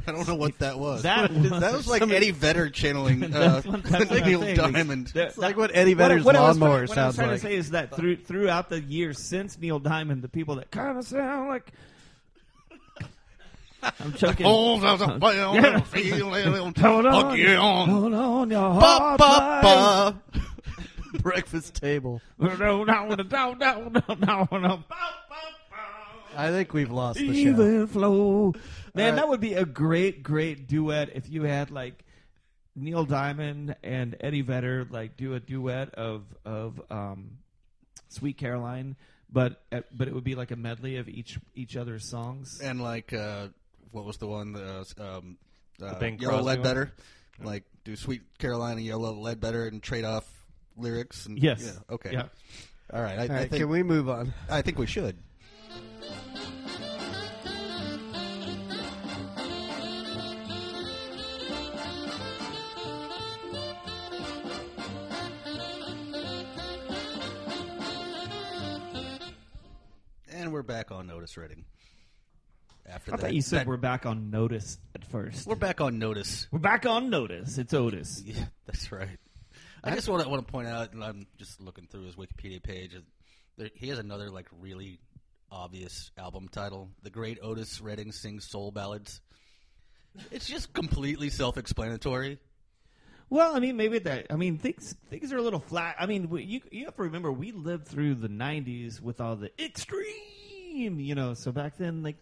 I don't know what that was. That was- that was like Eddie Vedder channeling uh, [laughs] That's what- that's what I'm Neil saying. Diamond. There- It's like what Eddie What I- Vedder's what I was lawnmower trying- what I sounds was trying like. to say is that through, throughout the years since Neil Diamond, the people that kind of sound like I'm [laughs] choking. Oh, that's a Yeah. fun feeling. [laughs] Hold on. Fuck you on. Hold on, your Ba, heart ba, rate. [laughs] ba. breakfast table. No, no, no, no, no, no, no, no. I think we've lost the show. Even flow. Man, right. that would be a great, great duet if you had like Neil Diamond and Eddie Vedder like do a duet of of um, Sweet Caroline, but uh, but it would be like a medley of each each other's songs. And like, uh, what was the one? The, uh, um, uh, Bing Yellow Crosby Lead one? Better. Like, do Sweet Carolina Yellow Lead Better and trade off lyrics? And, Yes. Yeah, okay. Yeah. All right. All I, I right, think can we move on? I think we should. And we're back on notice rating. After I that, thought you said that- we're back on notice at first. we're back on notice. We're back on notice. It's Otis. Yeah, [laughs] that's right. I just want to want to point out, and I'm just looking through his Wikipedia page. and There, he has another like really obvious album title: "The Great Otis Redding Sings Soul Ballads." It's just completely self-explanatory. Well, I mean, maybe that. I mean, things things are a little flat. I mean, we- you you have to remember we lived through the '90s with all the extreme, you know. So back then, like,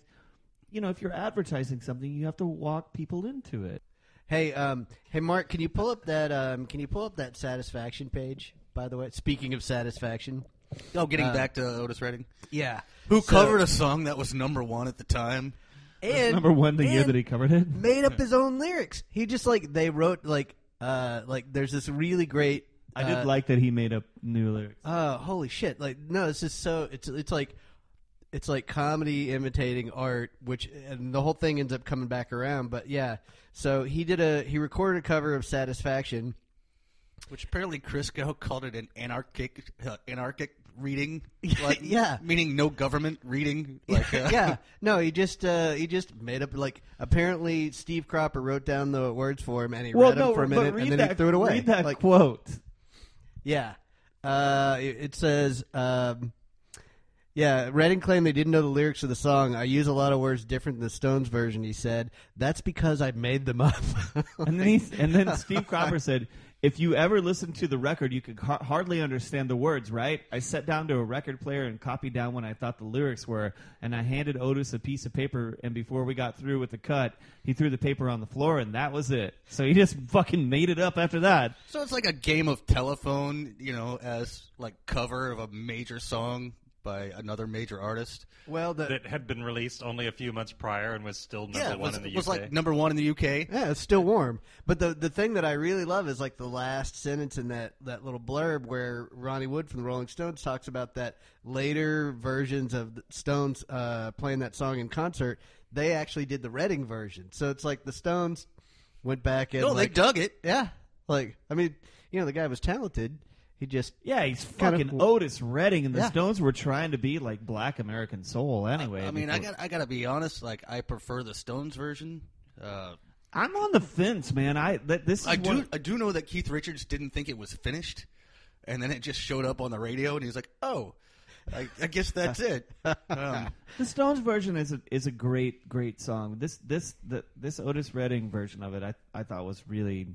you know, if you're advertising something, you have to walk people into it. Hey, um, hey, Mark, can you pull up that? Um, can you pull up that satisfaction page? By the way, speaking of satisfaction, Oh, getting back to Otis Redding, yeah, who covered a song that was number one at the time. and, Number one, the year and that he covered it. made up his own lyrics. He just like they wrote like uh like there's this really great. I did uh, like that he made up new lyrics. Oh, holy shit! Like no, it's just so it's it's like it's like comedy imitating art, which and the whole thing ends up coming back around. But yeah, so he did a he recorded a cover of Satisfaction. Which apparently Crisco called it an anarchic, uh, anarchic [laughs] reading, like, Yeah. meaning no government [laughs] reading, like uh, [laughs] [laughs] yeah, no, he just uh, he just made up like apparently Steve Cropper wrote down the words for him and he read them for a minute and then he threw it away. Read that Like, quote. yeah, uh, it, it says. Um, yeah, Redding claimed they didn't know the lyrics of the song. I use a lot of words different than the Stones version, he said. That's because I made them up. [laughs] [laughs] And then he, and then [laughs] Steve Cropper said, "If you ever listen to the record, you could har- hardly understand the words. Right? I sat down to a record player and copied down what I thought the lyrics were, and I handed Otis a piece of paper. And before we got through with the cut, he threw the paper on the floor, and that was it. So he just fucking made it up after that. So it's like a game of telephone, you know, as like cover of a major song by another major artist. well, the, That had been released only a few months prior and was still number yeah, it one was, in the it was UK. like number one in the UK. Yeah, it's still warm. But the the thing that I really love is like the last sentence in that that little blurb where Ronnie Wood from the Rolling Stones talks about that later versions of the Stones uh, playing that song in concert. They actually did the Reading version, so it's like the Stones went back and No, like, they dug it. yeah, like I mean, you know, the guy was talented. He just Yeah, he's Kinda fucking cool. Otis Redding, and the Yeah. Stones were trying to be like Black American Soul anyway. I mean, I before- got I gotta be honest. Like, I prefer the Stones version. Uh, I'm on the fence, man. I that, this is I one- do I do know that Keith Richards didn't think it was finished, and then it just showed up on the radio, and he was like, "Oh, I, I guess that's it." Um, The Stones version is a is a great great song. This this the, this Otis Redding version of it, I I thought was really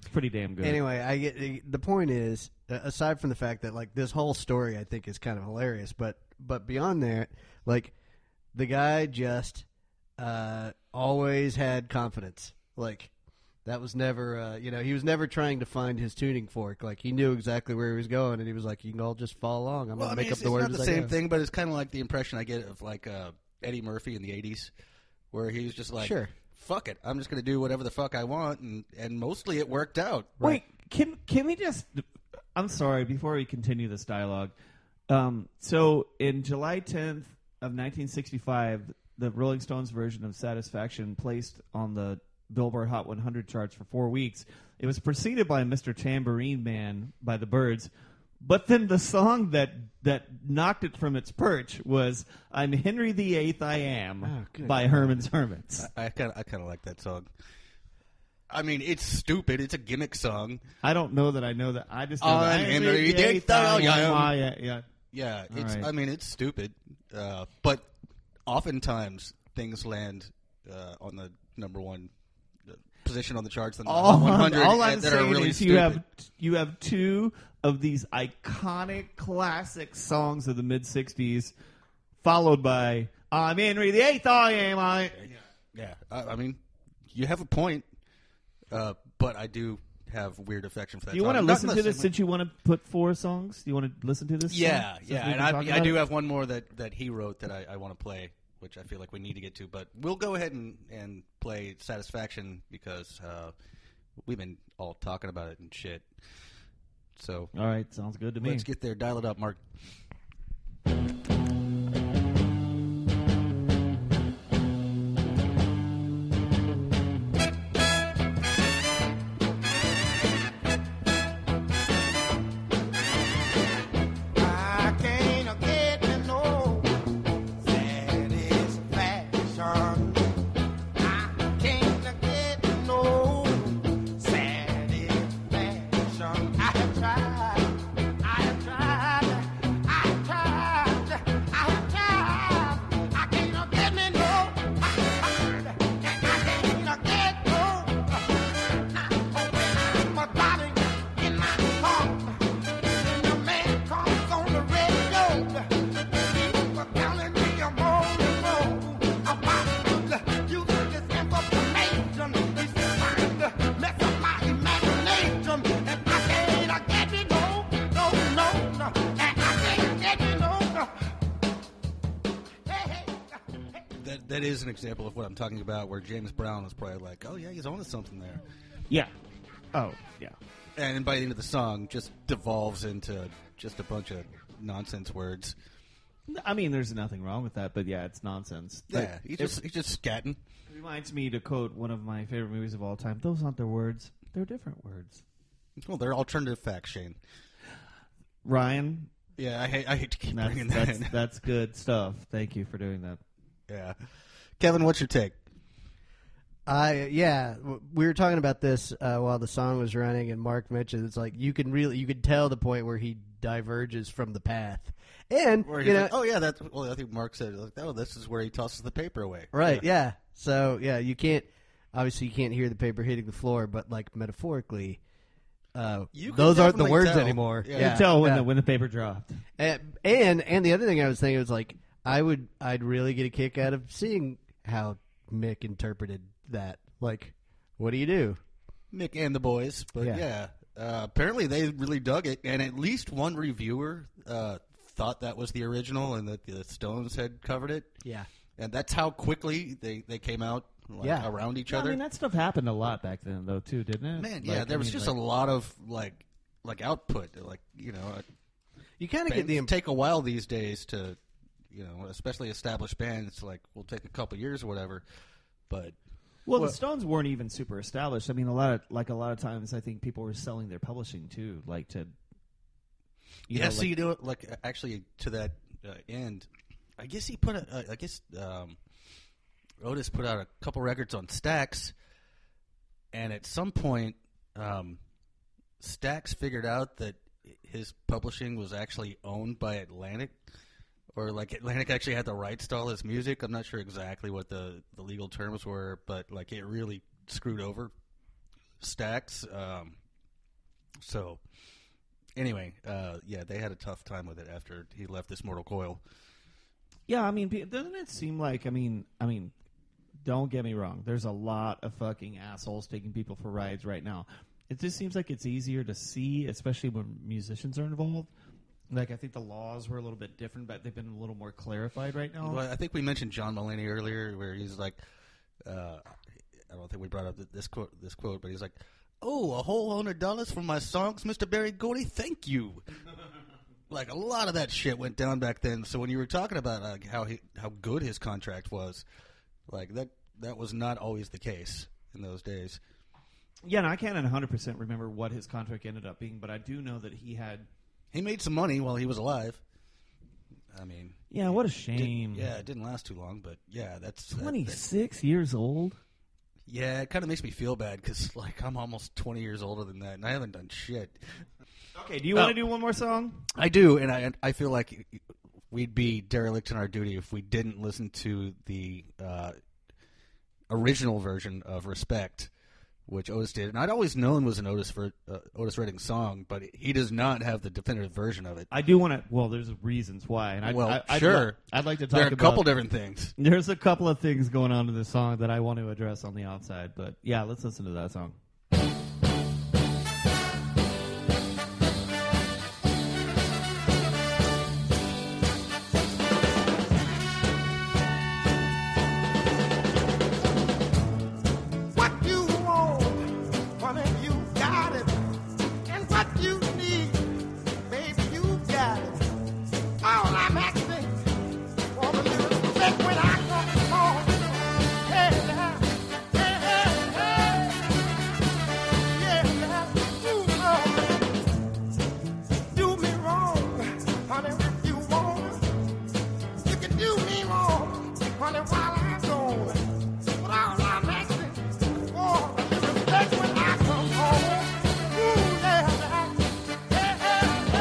it's pretty damn good. Anyway, I get the point is uh, aside from the fact that like this whole story I think is kind of hilarious, but but beyond that, like the guy just uh, always had confidence. Like That was never, uh, you know, he was never trying to find his tuning fork. Like he knew exactly where he was going, and he was like, "You can all just follow along. I'm Well, I gonna mean, make up it's, the it's words." not the as I same go." thing, but it's kind of like the impression I get of like uh, Eddie Murphy in the '80s, where he was just like, Sure. fuck it, I'm just going to do whatever the fuck I want," and and mostly it worked out. Wait, can can we just? I'm sorry. Before we continue this dialogue, um, so in July 10th of 1965, the Rolling Stones version of "Satisfaction" placed on the Billboard Hot 100 charts for four weeks. It was preceded by "Mr. Tambourine Man" by the Birds. But then the song that that knocked it from its perch was "I'm Henry the Eighth, I Am" Ah, by Herman's Hermits. I kind of I kind of like that song. I mean, it's stupid. It's a gimmick song. I don't know that I know that. I just know On that. Henry the Eighth, I I am. am. I- Yeah, yeah. Yeah, it's. right. I mean, it's stupid, uh, but oftentimes things land uh, on the number one uh, position on the charts. than The All, one hundred all I'm that are saying really is stupid. you have you have two of these iconic classic songs of the mid '60s, followed by "I'm Henry the Eighth, I am I." yeah, I, I mean, you have a point, uh, but I do have weird affection for that. Do you want want to listen to this since you want to put four songs? Do you want to listen to this? Yeah, song, since yeah, we and can I, talk I about do it? have one more that, that he wrote that I, I want to play, which I feel like we need to get to. But we'll go ahead and, and play Satisfaction because uh, we've been all talking about it and shit. So All right, sounds good to me. let's get there. Dial it up, Mark. I can't get no satisfaction. I can't get no satisfaction. I have tried, I have tried, I have tried, I have tried. I can't get me no. I can't get no. My darling in my heart. The man comes on the red road. People are telling me I'm on the road. About to use this information. He's trying to mess up my imagination. And I can't get it, no, no, no, no. And I can't get it, no, no. Hey, hey, hey. That that is an example of what I'm talking about, where James Brown was probably like, "Oh yeah, he's onto something there," yeah. Oh yeah. and by the end of the song, just devolves into just a bunch of nonsense words. I mean, there's nothing wrong with that, but yeah, it's nonsense. Like, Yeah, he's just he's just scatting. It reminds me to quote one of my favorite movies of all time. Those aren't their words; they're different words. Well, they're alternative facts, Shane. Ryan, Yeah, I hate, I hate to keep that's bringing that that's, in. that's good stuff. Thank you for doing that. Yeah. Kevin, what's your take? I yeah, w- we were talking about this uh, while the song was running, and Mark mentioned it's like you can really you could tell the point where he diverges from the path, and Where he's you know, like, oh, yeah, that's, well, I think Mark said, like, oh, this is where he tosses the paper away. right? Yeah. So yeah, you can't obviously you can't hear the paper hitting the floor, but like metaphorically, uh, You can those aren't the definitely words tell. anymore. Yeah. Yeah, You You tell when yeah. the when the paper dropped. And, and and the other thing I was thinking was like I would I'd really get a kick out of seeing how Mick interpreted that. Like, what do you do? Mick and the boys. But yeah, Yeah. uh, apparently they really dug it. And at least one reviewer uh, thought that was the original and that the Stones had covered it. Yeah. And that's how quickly they, they came out like, Yeah. around each I other. mean, that stuff happened a lot back then, though, too, didn't [laughs] it? Man, yeah, there was just a lot of, like, like output. Like, you know, uh, You kind of get bands the impression. take a while these days to, you know, especially established bands. Like, will take a couple years or whatever. But Well, the Stones weren't even super established. I mean, a lot of like a lot of times, I think people were selling their publishing too, like to. You yeah, know, so like- you do it like actually to that uh, end. I guess he put. A, uh, I guess um, Otis put out a couple records on Stax, and at some point, um, Stax figured out that his publishing was actually owned by Atlantic, or like Atlantic actually had the rights to all his music. I'm not sure exactly what the the legal terms were, but like it really screwed over Stax. Um, so anyway, uh, yeah, they had a tough time with it after he left this mortal coil. Yeah, I mean, pe- doesn't it seem like I mean, I mean, don't get me wrong. There's a lot of fucking assholes taking people for rides right now. It just seems like it's easier to see, especially when musicians are involved. Like I think the laws were a little bit different, but they've been a little more clarified right now. Well, I think we mentioned John Mulaney earlier, where he's like, uh, I don't think we brought up th- this quote, this quote, but he's like, "Oh, a whole hundred dollars for my songs, Mister Barry Gordy. Thank you." like a lot of that shit went down back then. So when you were talking about like how he, how good his contract was, like that that was not always the case in those days. Yeah, and I can't 100% remember what his contract ended up being, but I do know that he had. He made some money while he was alive. I mean, Yeah, what a shame. yeah, it didn't last too long, but yeah, that's that- that- 26 years old? Yeah, it kind of makes me feel bad because like I'm almost 20 years older than that, and I haven't done shit. Okay, do you Oh. want to do one more song? I do, and I I feel like we'd be derelict in our duty if we didn't listen to the uh, original version of "Respect," which Otis did, and I'd always known was an Otis ver- uh, Otis Redding song, but he does not have the definitive version of it. I do want to. Well, there's reasons why, and I, Well, I, I'd sure. li- I'd like to talk There are a about. couple different things. there's a couple of things going on in this song that I want to address on the outside, but yeah, let's listen to that song. What you want, honey, you got it. And what you need, baby, you got it. All I'm asking for a little respect when I come home. Hey, now. hey, hey, hey. Yeah, now, you know. Do me wrong, honey, if you want. You can do me wrong, honey, while I'm gone. But all I'm asking for is respect when I come home. Ooh, yeah, yeah, yeah, yeah.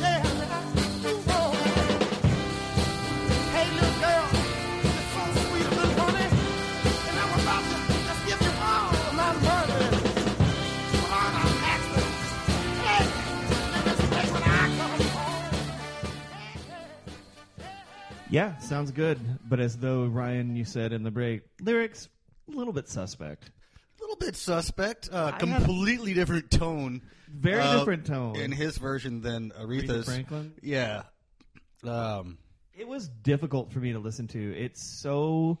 Yeah, yeah, you know. Hey, little girl, you're so sweet, little honey. And I'm about to just give you all of my money. But all I'm asking, hey, give me respect when I come home. Hey, hey. Yeah, sounds good, but as though Ryan, you said in the break, lyrics a little bit suspect. A little bit suspect. Uh, I had- completely different tone. Very uh, different tone. in his version than Aretha's. Franklin? Yeah. Um, It was difficult for me to listen to. It's so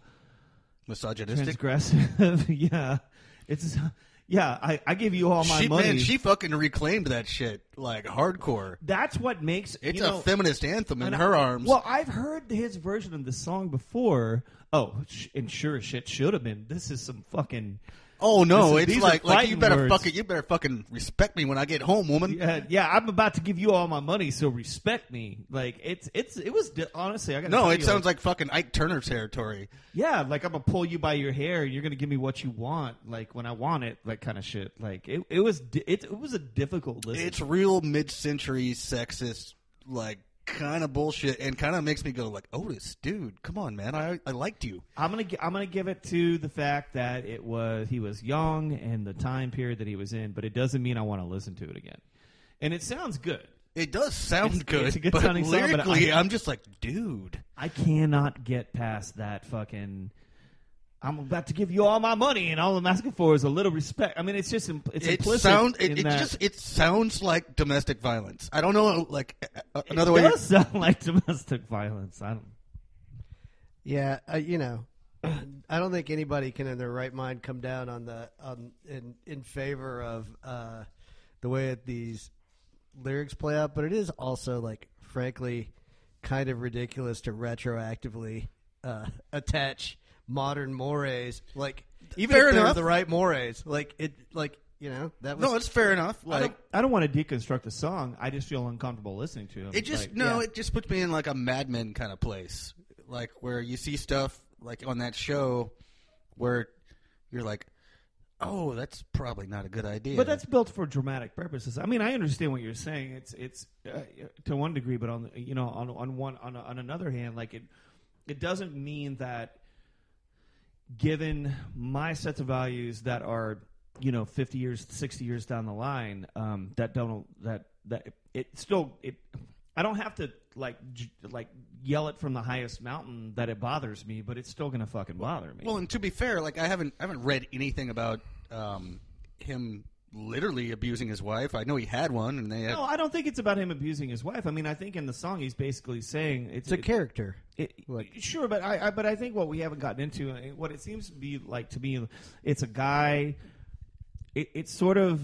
misogynistic. transgressive. [laughs] yeah, it's yeah. I, I give you all my She, money. man, she fucking reclaimed that shit like hardcore. That's what makes It's you a know, feminist anthem in and I- her arms. Well, I've heard his version of the song before. Oh, sh- and sure as shit should have been. This is some fucking. oh no, Listen, it's these like are like you fighting better words. fucking you better fucking respect me when I get home, woman. Yeah, yeah, I'm about to give you all my money, so respect me. Like it's it's it was di- honestly. I got No, it sounds like fucking Ike Turner territory. yeah, like I'm gonna pull you by your hair. and You're gonna give me what you want, like when I want it, like kind of shit. Like it it was di- it, it was a difficult listen. It's real mid-century sexist, like kind of bullshit, and kind of makes me go like, Otis, dude, come on, man, I I liked you. I'm gonna gi- I'm gonna give it to the fact that it was he was young and the time period that he was in, but it doesn't mean I want to listen to it again. And it sounds good. It does sound It's- good, it's a good but sounding song, but lyrically, I- I'm just like, dude. I cannot get past that fucking. I'm about to give you all my money, and all I'm asking for is a little respect. I mean, it's just impl- it's It implicit. sound in it, it that- just it sounds like domestic violence. I don't know, like a- a- It another way. does [laughs] sound like domestic violence. I don't. Yeah, uh, you know, [clears throat] I don't think anybody can, in their right mind, come down on the on in in favor of uh, the way that these lyrics play out. But it is also like, frankly, kind of ridiculous to retroactively uh, attach modern mores, like even Fair if they're enough. the right mores, like it, like you know, that was No, it's fair enough. I Like don't, I don't want to deconstruct the song. I just feel uncomfortable listening to him. it just Like, no, yeah. it just puts me in like a Mad Men kind of place, like where you see stuff like on that show where you're like, oh, that's probably not a good idea. But that's built for dramatic purposes. I mean, I understand what you're saying. It's it's uh, to one degree, but on you know on on one on on another hand, like it it doesn't mean that given my sets of values that are you know 50 years 60 years down the line um, that don't that that it still it i don't have to like j- like yell it from the highest mountain that it bothers me, but it's still gonna fucking bother me. Well, and to be fair, like I haven't I haven't read anything about um, him literally abusing his wife. I know he had one, and they had, no, I don't think it's about him abusing his wife. I mean, I think in the song he's basically saying It's it's, a character. It, Look. Sure, but I, I but I think what we haven't gotten into, uh, what it seems to be like to me, it's a guy. It, it's sort of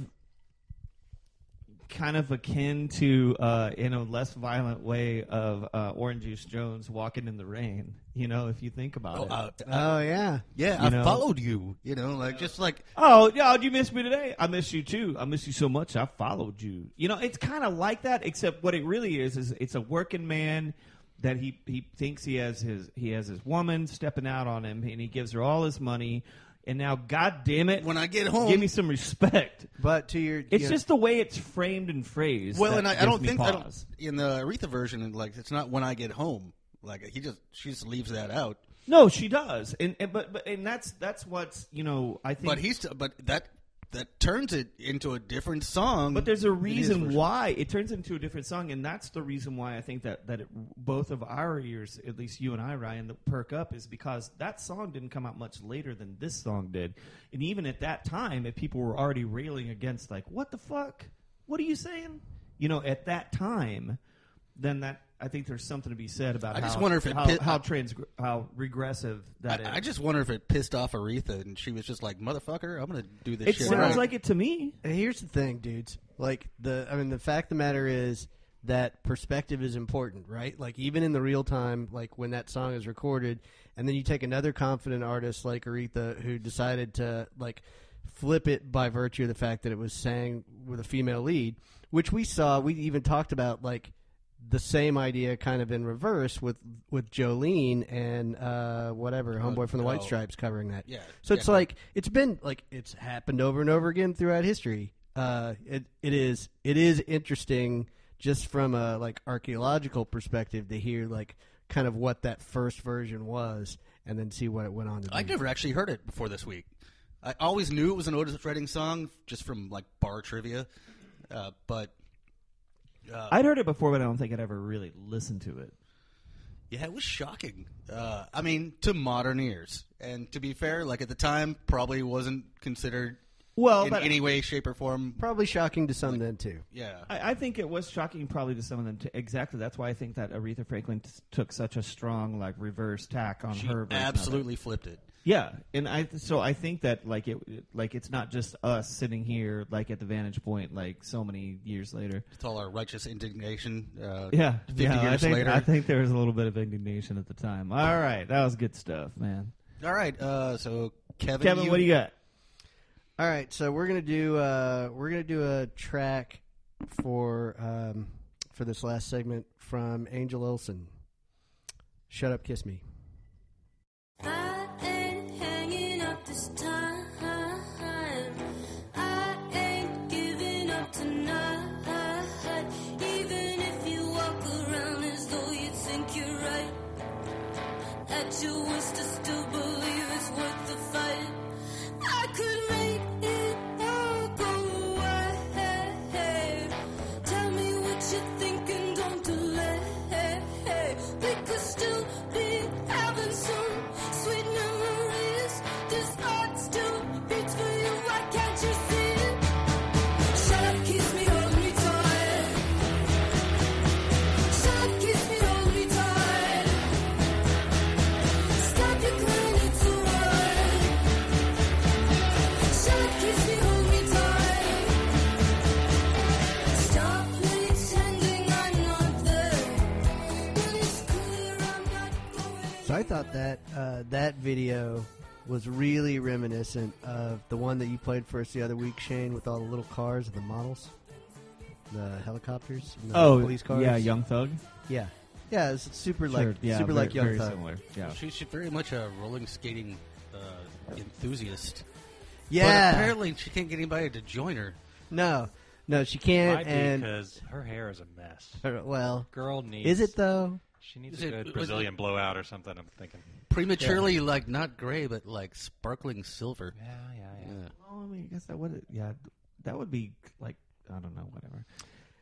kind of akin to uh, in a less violent way of uh, Orange Juice Jones walking in the rain. You know, if you think about Oh, it. uh, Oh yeah. yeah, you I know. followed you. You know, like just like Oh, yeah, you missed me today. I miss you too. I miss you so much. I followed you. You know, it's kind of like that, except what it really is is it's a working man that he he thinks he has his he has his woman stepping out on him, and he gives her all his money. And now, God damn it, when I get home. give me some respect. But to your It's you know, just the way it's framed and phrased. well, that and I, I gives don't me think I don't, pause. in the Aretha version, like it's not when I get home. Like he just she just leaves that out. no, she does, and, and but but and that's that's what's you know I think But he's but that that turns it into a different song. But there's a than his reason version. why it turns into a different song, and that's the reason why I think that that it, both of our ears, at least you and I, Ryan, that perk up is because that song didn't come out much later than this song did, and even at that time, if people were already railing against, like, what the fuck, what are you saying? You know, at that time, then that I think there's something to be said about. I how, just wonder if it how pit- how, trans how regressive that is. I, I just wonder if it pissed off Aretha, and she was just like, "Motherfucker, I'm gonna do this it shit." sounds right." like it to me. here's the thing, dudes. Like the I mean the fact of the matter is that perspective is important, right? Like even in the real time, like when that song is recorded, and then you take another confident artist like Aretha who decided to like flip it by virtue of the fact that it was sang with a female lead, which we saw, we even talked about like the same idea kind of in reverse with with Jolene and uh, whatever homeboy from the White oh. Stripes covering that. Yeah, So it's yeah. like it's been like it's happened over and over again throughout history. Uh, it it is it is interesting just from a like archaeological perspective to hear like kind of what that first version was and then see what it went on to do. I never actually heard it before this week. I always knew it was an Otis Redding song just from like bar trivia, uh, but Uh, I'd heard it before, but I don't think I'd ever really listened to it. yeah, it was shocking. Uh, I mean, to modern ears, and to be fair, like at the time, probably wasn't considered Well, in Oh, but any way, shape, or form. Probably shocking to some then too. Yeah, I, I think it was shocking probably to some of them. Too. Exactly. That's why I think that Aretha Franklin t- took such a strong like reverse tack on she her. version of it. absolutely flipped it. Yeah, and I so I think that like it like it's not just us sitting here like at the vantage point like so many years later. It's all our righteous indignation. Uh, Yeah, fifty yeah. years I think later. I think there was a little bit of indignation at the time. All right, that was good stuff, man. all right, uh, so Kevin, Kevin, what do you got? All right, so we're gonna do uh, we're gonna do a track for um, for this last segment from Angel Olsen. Shut up, kiss me. I ain't hanging up this time. I ain't giving up tonight. Even if you walk around as though you think you're right. At your worst, I still believe it's worth the fight. I could make it all go away. Tell me what you're thinking, don't delay. We could still be having some sweet memories. This heart still beats for you. Why can't you see it? Shut up, kiss me, hold me tight. Shut up, kiss me, hold me tight. Stop your crying, it's alright. Shut up, kiss me, hold me tight. Stop pretending I'm not there. When it's clear I'm not going. So I thought that uh, that video was really reminiscent of the one that you played for us the other week, Shane, with all the little cars and the models, the helicopters, and the police cars. Oh, yeah, Young Thug. yeah, yeah. It's super Sure, like yeah, super very, like Young very Thug. similar. Yeah. She, she's very much a rolling skating uh, enthusiast. But Yeah, apparently she can't get anybody to join her. no, no, she can't. Might be And because her hair is a mess. or, well, Girl needs. is it though? She needs Is a it- good was it- Brazilian blowout or something. I'm thinking. Prematurely, like not gray, but like sparkling silver. Yeah, yeah, yeah. Yeah. Well, I mean, I guess that would yeah, that would be like I don't know, whatever.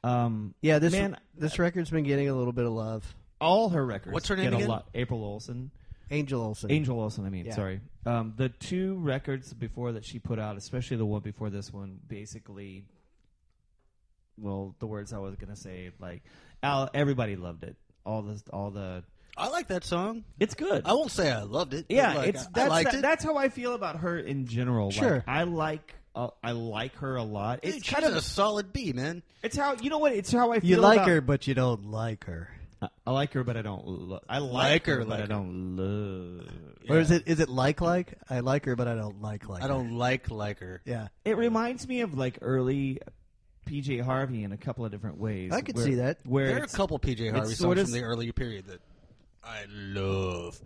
Um, Yeah, this man, this record's been getting a little bit of love. all her records. What's her name get again? A lot. April Olsen. Angel Olsen. Angel Olsen, I mean, Yeah. sorry. Um, the two records before that she put out, especially the one before this one, basically, well, the words I was gonna say, like, Al, everybody loved it. All the, all the, I like that song. it's good. I won't say I loved it. but, yeah, like, it's I- I that's liked that- it. that's how I feel about her in general. Sure. like, I like. Uh, I like her a lot. Dude, It's she's kind of a solid B, man. it's how you know what it's how I feel. You like about- her, but you don't like her. I like her, but I don't. Lo- I like, Like her, her, but like I don't love. Or is it is it like like? I like her, but I don't like like. I don't like like her. Her. Yeah, It reminds me of like early PJ Harvey in a couple of different ways. I could where- see that. Where There are a it's- couple PJ Harvey sort songs of- from the earlier period that I love.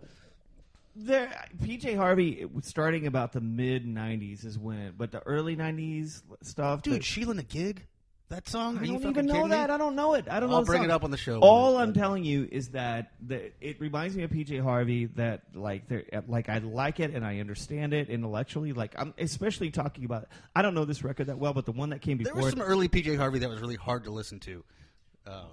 there, PJ Harvey it was starting about the mid '90s is when it, but the early '90s stuff. Dude, that- Sheila in a gig? That song? Are I you don't fucking even know kidding me? that. I don't know it. I don't know. I'll the bring song. it up on the show. All I'm telling you is that the, it reminds me of PJ Harvey. That like, there, like I like it and I understand it intellectually. Like I'm especially talking about. I don't know this record that well, but the one that came There before. was it- some early PJ Harvey that was really hard to listen to. Uh,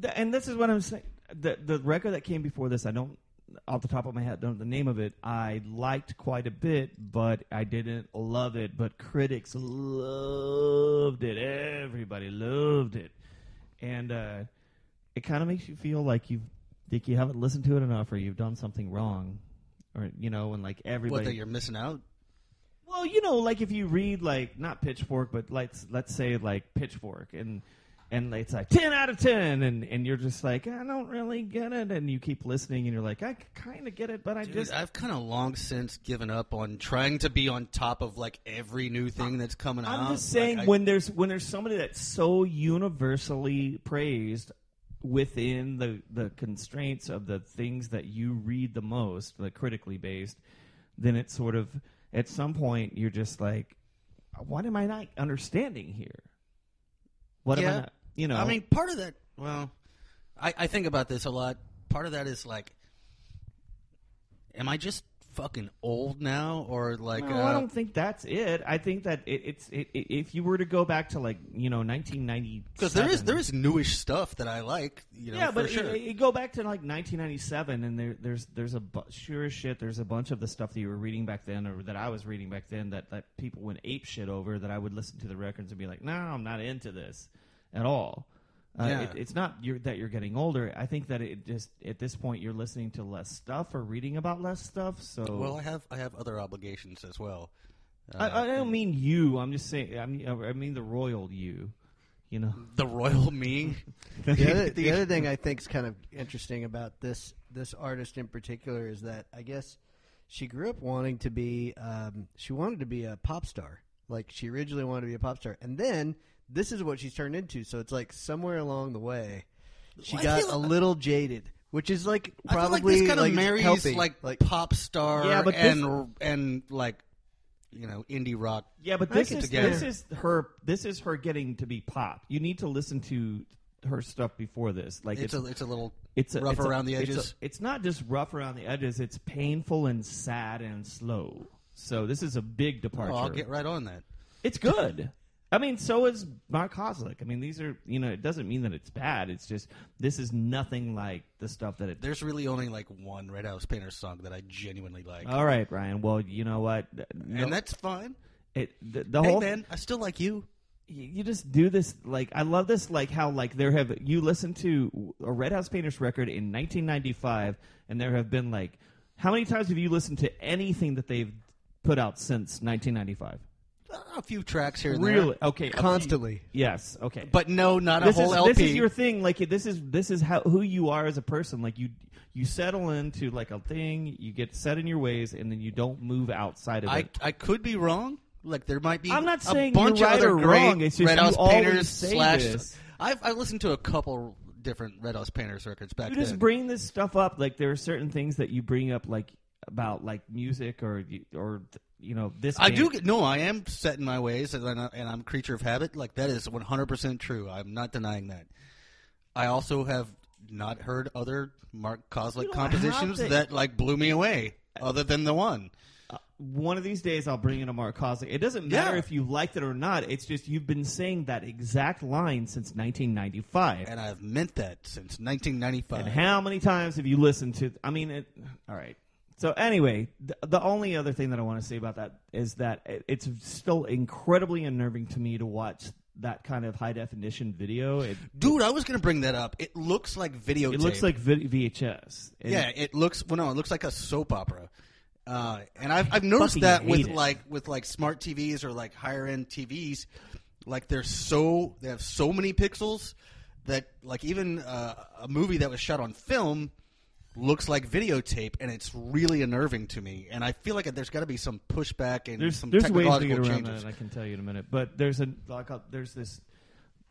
Th- and this is what I'm saying. The the record that came before this, I don't off the top of my head don't know the name of it. I liked quite a bit, but I didn't love it. But critics loved it. Everybody loved it, and uh, it kind of makes you feel like you think you haven't listened to it enough, or you've done something wrong, or you know, and like what, everybody. that you're missing out? Well, you know, like if you read like not Pitchfork, but let's let's say like Pitchfork, and and it's like ten out of ten, and and you're just like I don't really get it, and you keep listening, and you're like I kind of get it, but I Dude, just I've kind of long since given up on trying to be on top of like every new thing that's coming out. I'm just Uh-huh. Like, saying I- when there's when there's somebody that's so universally praised within the the constraints of the things that you read the most, the critically based, then it's sort of at some point you're just like, what am I not understanding here? What am I? Yeah. Not, you know, I mean, part of that. Well, I, I think about this a lot. Part of that is like, am I just fucking old now, or like? No, uh, oh, I don't think that's it. I think that it, it's it, it, if you were to go back to like you know 1990 because there is there is newish stuff that I like, you know, yeah, for but sure. you, you go back to like 1997, and there, there's there's a bu- sure as shit. There's a bunch of the stuff that you were reading back then, or that I was reading back then, that that people went ape shit over. That I would listen to the records and be like, no, I'm not into this at all. Uh, Yeah. it- it's not you're, that you're getting older. I think that it just at this point you're listening to less stuff or reading about less stuff. So well, I have I have other obligations as well. Uh, I, I don't mean you. I'm just saying. I mean I mean the royal you. You know. The royal me. [laughs] [laughs] the [laughs] other, the other thing I think is kind of interesting about this this artist in particular is that I guess she grew up wanting to be um, she wanted to be a pop star. Like she originally wanted to be a pop star, and then this is what she's turned into. So it's like somewhere along the way, she Well, I got feel- a little jaded, which is like I feel probably like this kind of like, marries healthy. like, pop star Yeah, but this- and and like you know indie rock. Yeah, but I this get is together. this is her this is her getting to be pop. You need to listen to her stuff before this. Like It's it's a it's a little it's a- rough it's a- around the it's a- edges. It's, not just rough around the edges. It's painful and sad and slow. So this is a big departure. Oh, I'll get right on that. It's good. I mean, so is Mark Hoslick. I mean, these are you know. It doesn't mean that it's bad. It's just this is nothing like the stuff that it. There's really only like one Red House Painters song that I genuinely like, All right, Ryan. Well, you know what? No, and that's fine. it, the, the Hey whole man, I still like you. you you just do this like I love this like how like there have you listen to a Red House Painters record in 1995 and there have been like how many times have you listened to anything that they've put out since 1995? A few tracks here and Really? there, Okay. a few- constantly. Yes. Okay. but no, not this a whole is LP. this is your thing. Like this is this is how who you are as a person. Like you you settle into like a thing. You get set in your ways and then you don't move outside of I it. I could be wrong. Like there might be. I'm not saying a bunch you're of right other or great wrong, it's just Red you House always Painters say slash. this. I've I listened to a couple different Red House Painters records back you then. just bring this stuff up like there are certain things that you bring up like about like music or you- or you know this I do band- get no. I am set in my ways, and I'm, and I'm a creature of habit. Like that is 100 percent true. I'm not denying that. I also have not heard other Mark Koslick don't compositions have to- that like blew me away, other than the one. one of these days I'll bring in Amar Cosley. It doesn't matter Yeah. if you liked it or not. It's just you've been saying that exact line since 1995. and I've meant that since 1995. And how many times have you listened to? I mean, it, all right. So anyway, the, the only other thing that I want to say about that is that it, it's still incredibly unnerving to me to watch that kind of high definition video. It, Dude, I was gonna bring that up. It looks like video. it looks like v- VHS. And Oh, yeah, it looks well. No, it looks like a soap opera. Uh, and I've I've noticed fucking that hate with it. like with like smart TVs or like higher end TVs, like they're so they have so many pixels that like even uh, a movie that was shot on film looks like videotape, and it's really unnerving to me. And I feel like there's got to be some pushback and there's some there's ways to technological get around changes. that. and I can tell you in a minute. But there's a like a, there's this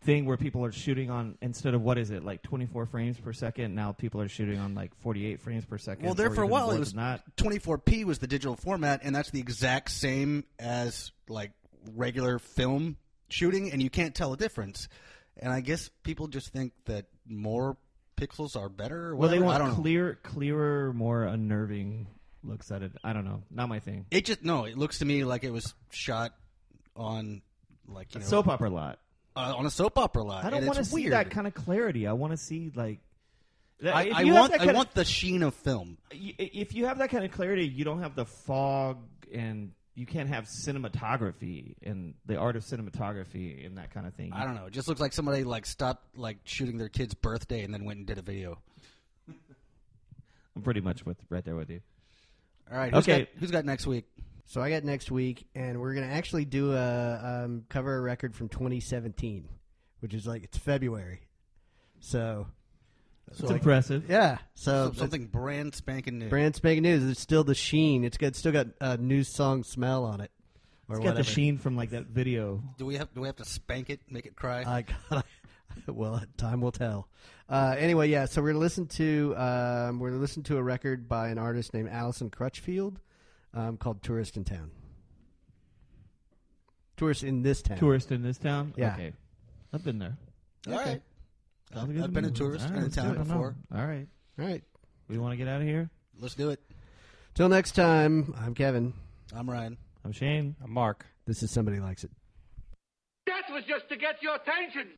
thing where people are shooting on instead of what is it like 24 frames per second. Now people are shooting on like 48 frames per second. Well, there or for a even while more it was than that. 24p was the digital format, and that's the exact same as like regular film shooting, and you can't tell a difference. And I guess people just think that more pixels are better. Or Well, they whatever. I want don't know. clear, clearer, more unnerving looks at it. I don't know. Not my thing. It just no. It looks to me like it was shot on like you know, Soap opera lot. uh, on a soap opera lot. I don't and want to it's see weird. that kind of clarity. I want to see like. that- I, if I you have want that I kind want the sheen of film. Of, y- if you have that kind of clarity, you don't have the fog, and you can't have cinematography and the art of cinematography and that kind of thing. I don't know. It just looks like somebody like stopped like shooting their kid's birthday and then went and did a video. I'm pretty much with right there with you. All right. Who's Okay. Got, who's got next week? So I got next week, and we're gonna actually do a um, cover a record from 2017, which is like it's February. So It's impressive. yeah, Uh, so, Something brand spanking new. brand spanking news. It's still the sheen. It's got still got a new song smell on it. Or It's got the whatever. sheen from like that video. Do we have do we have to spank it, make it cry? Uh, I got. [laughs] Well, time will tell. Uh, anyway, yeah. So we're gonna listen to um, we're gonna listen to a record by an artist named Allison Crutchfield um, called "Tourist in Town." Tourist in this town. Tourist in this town. Yeah. Okay, I've been there. All right. Sounds good I've to been me. a tourist All in a let's do town it. I'm before. out. All right, All right. we want to get out of here. Let's do it. Till next time, I'm Kevin. I'm Ryan. I'm Shane. A mark. This is somebody likes it. That was just to get your attention.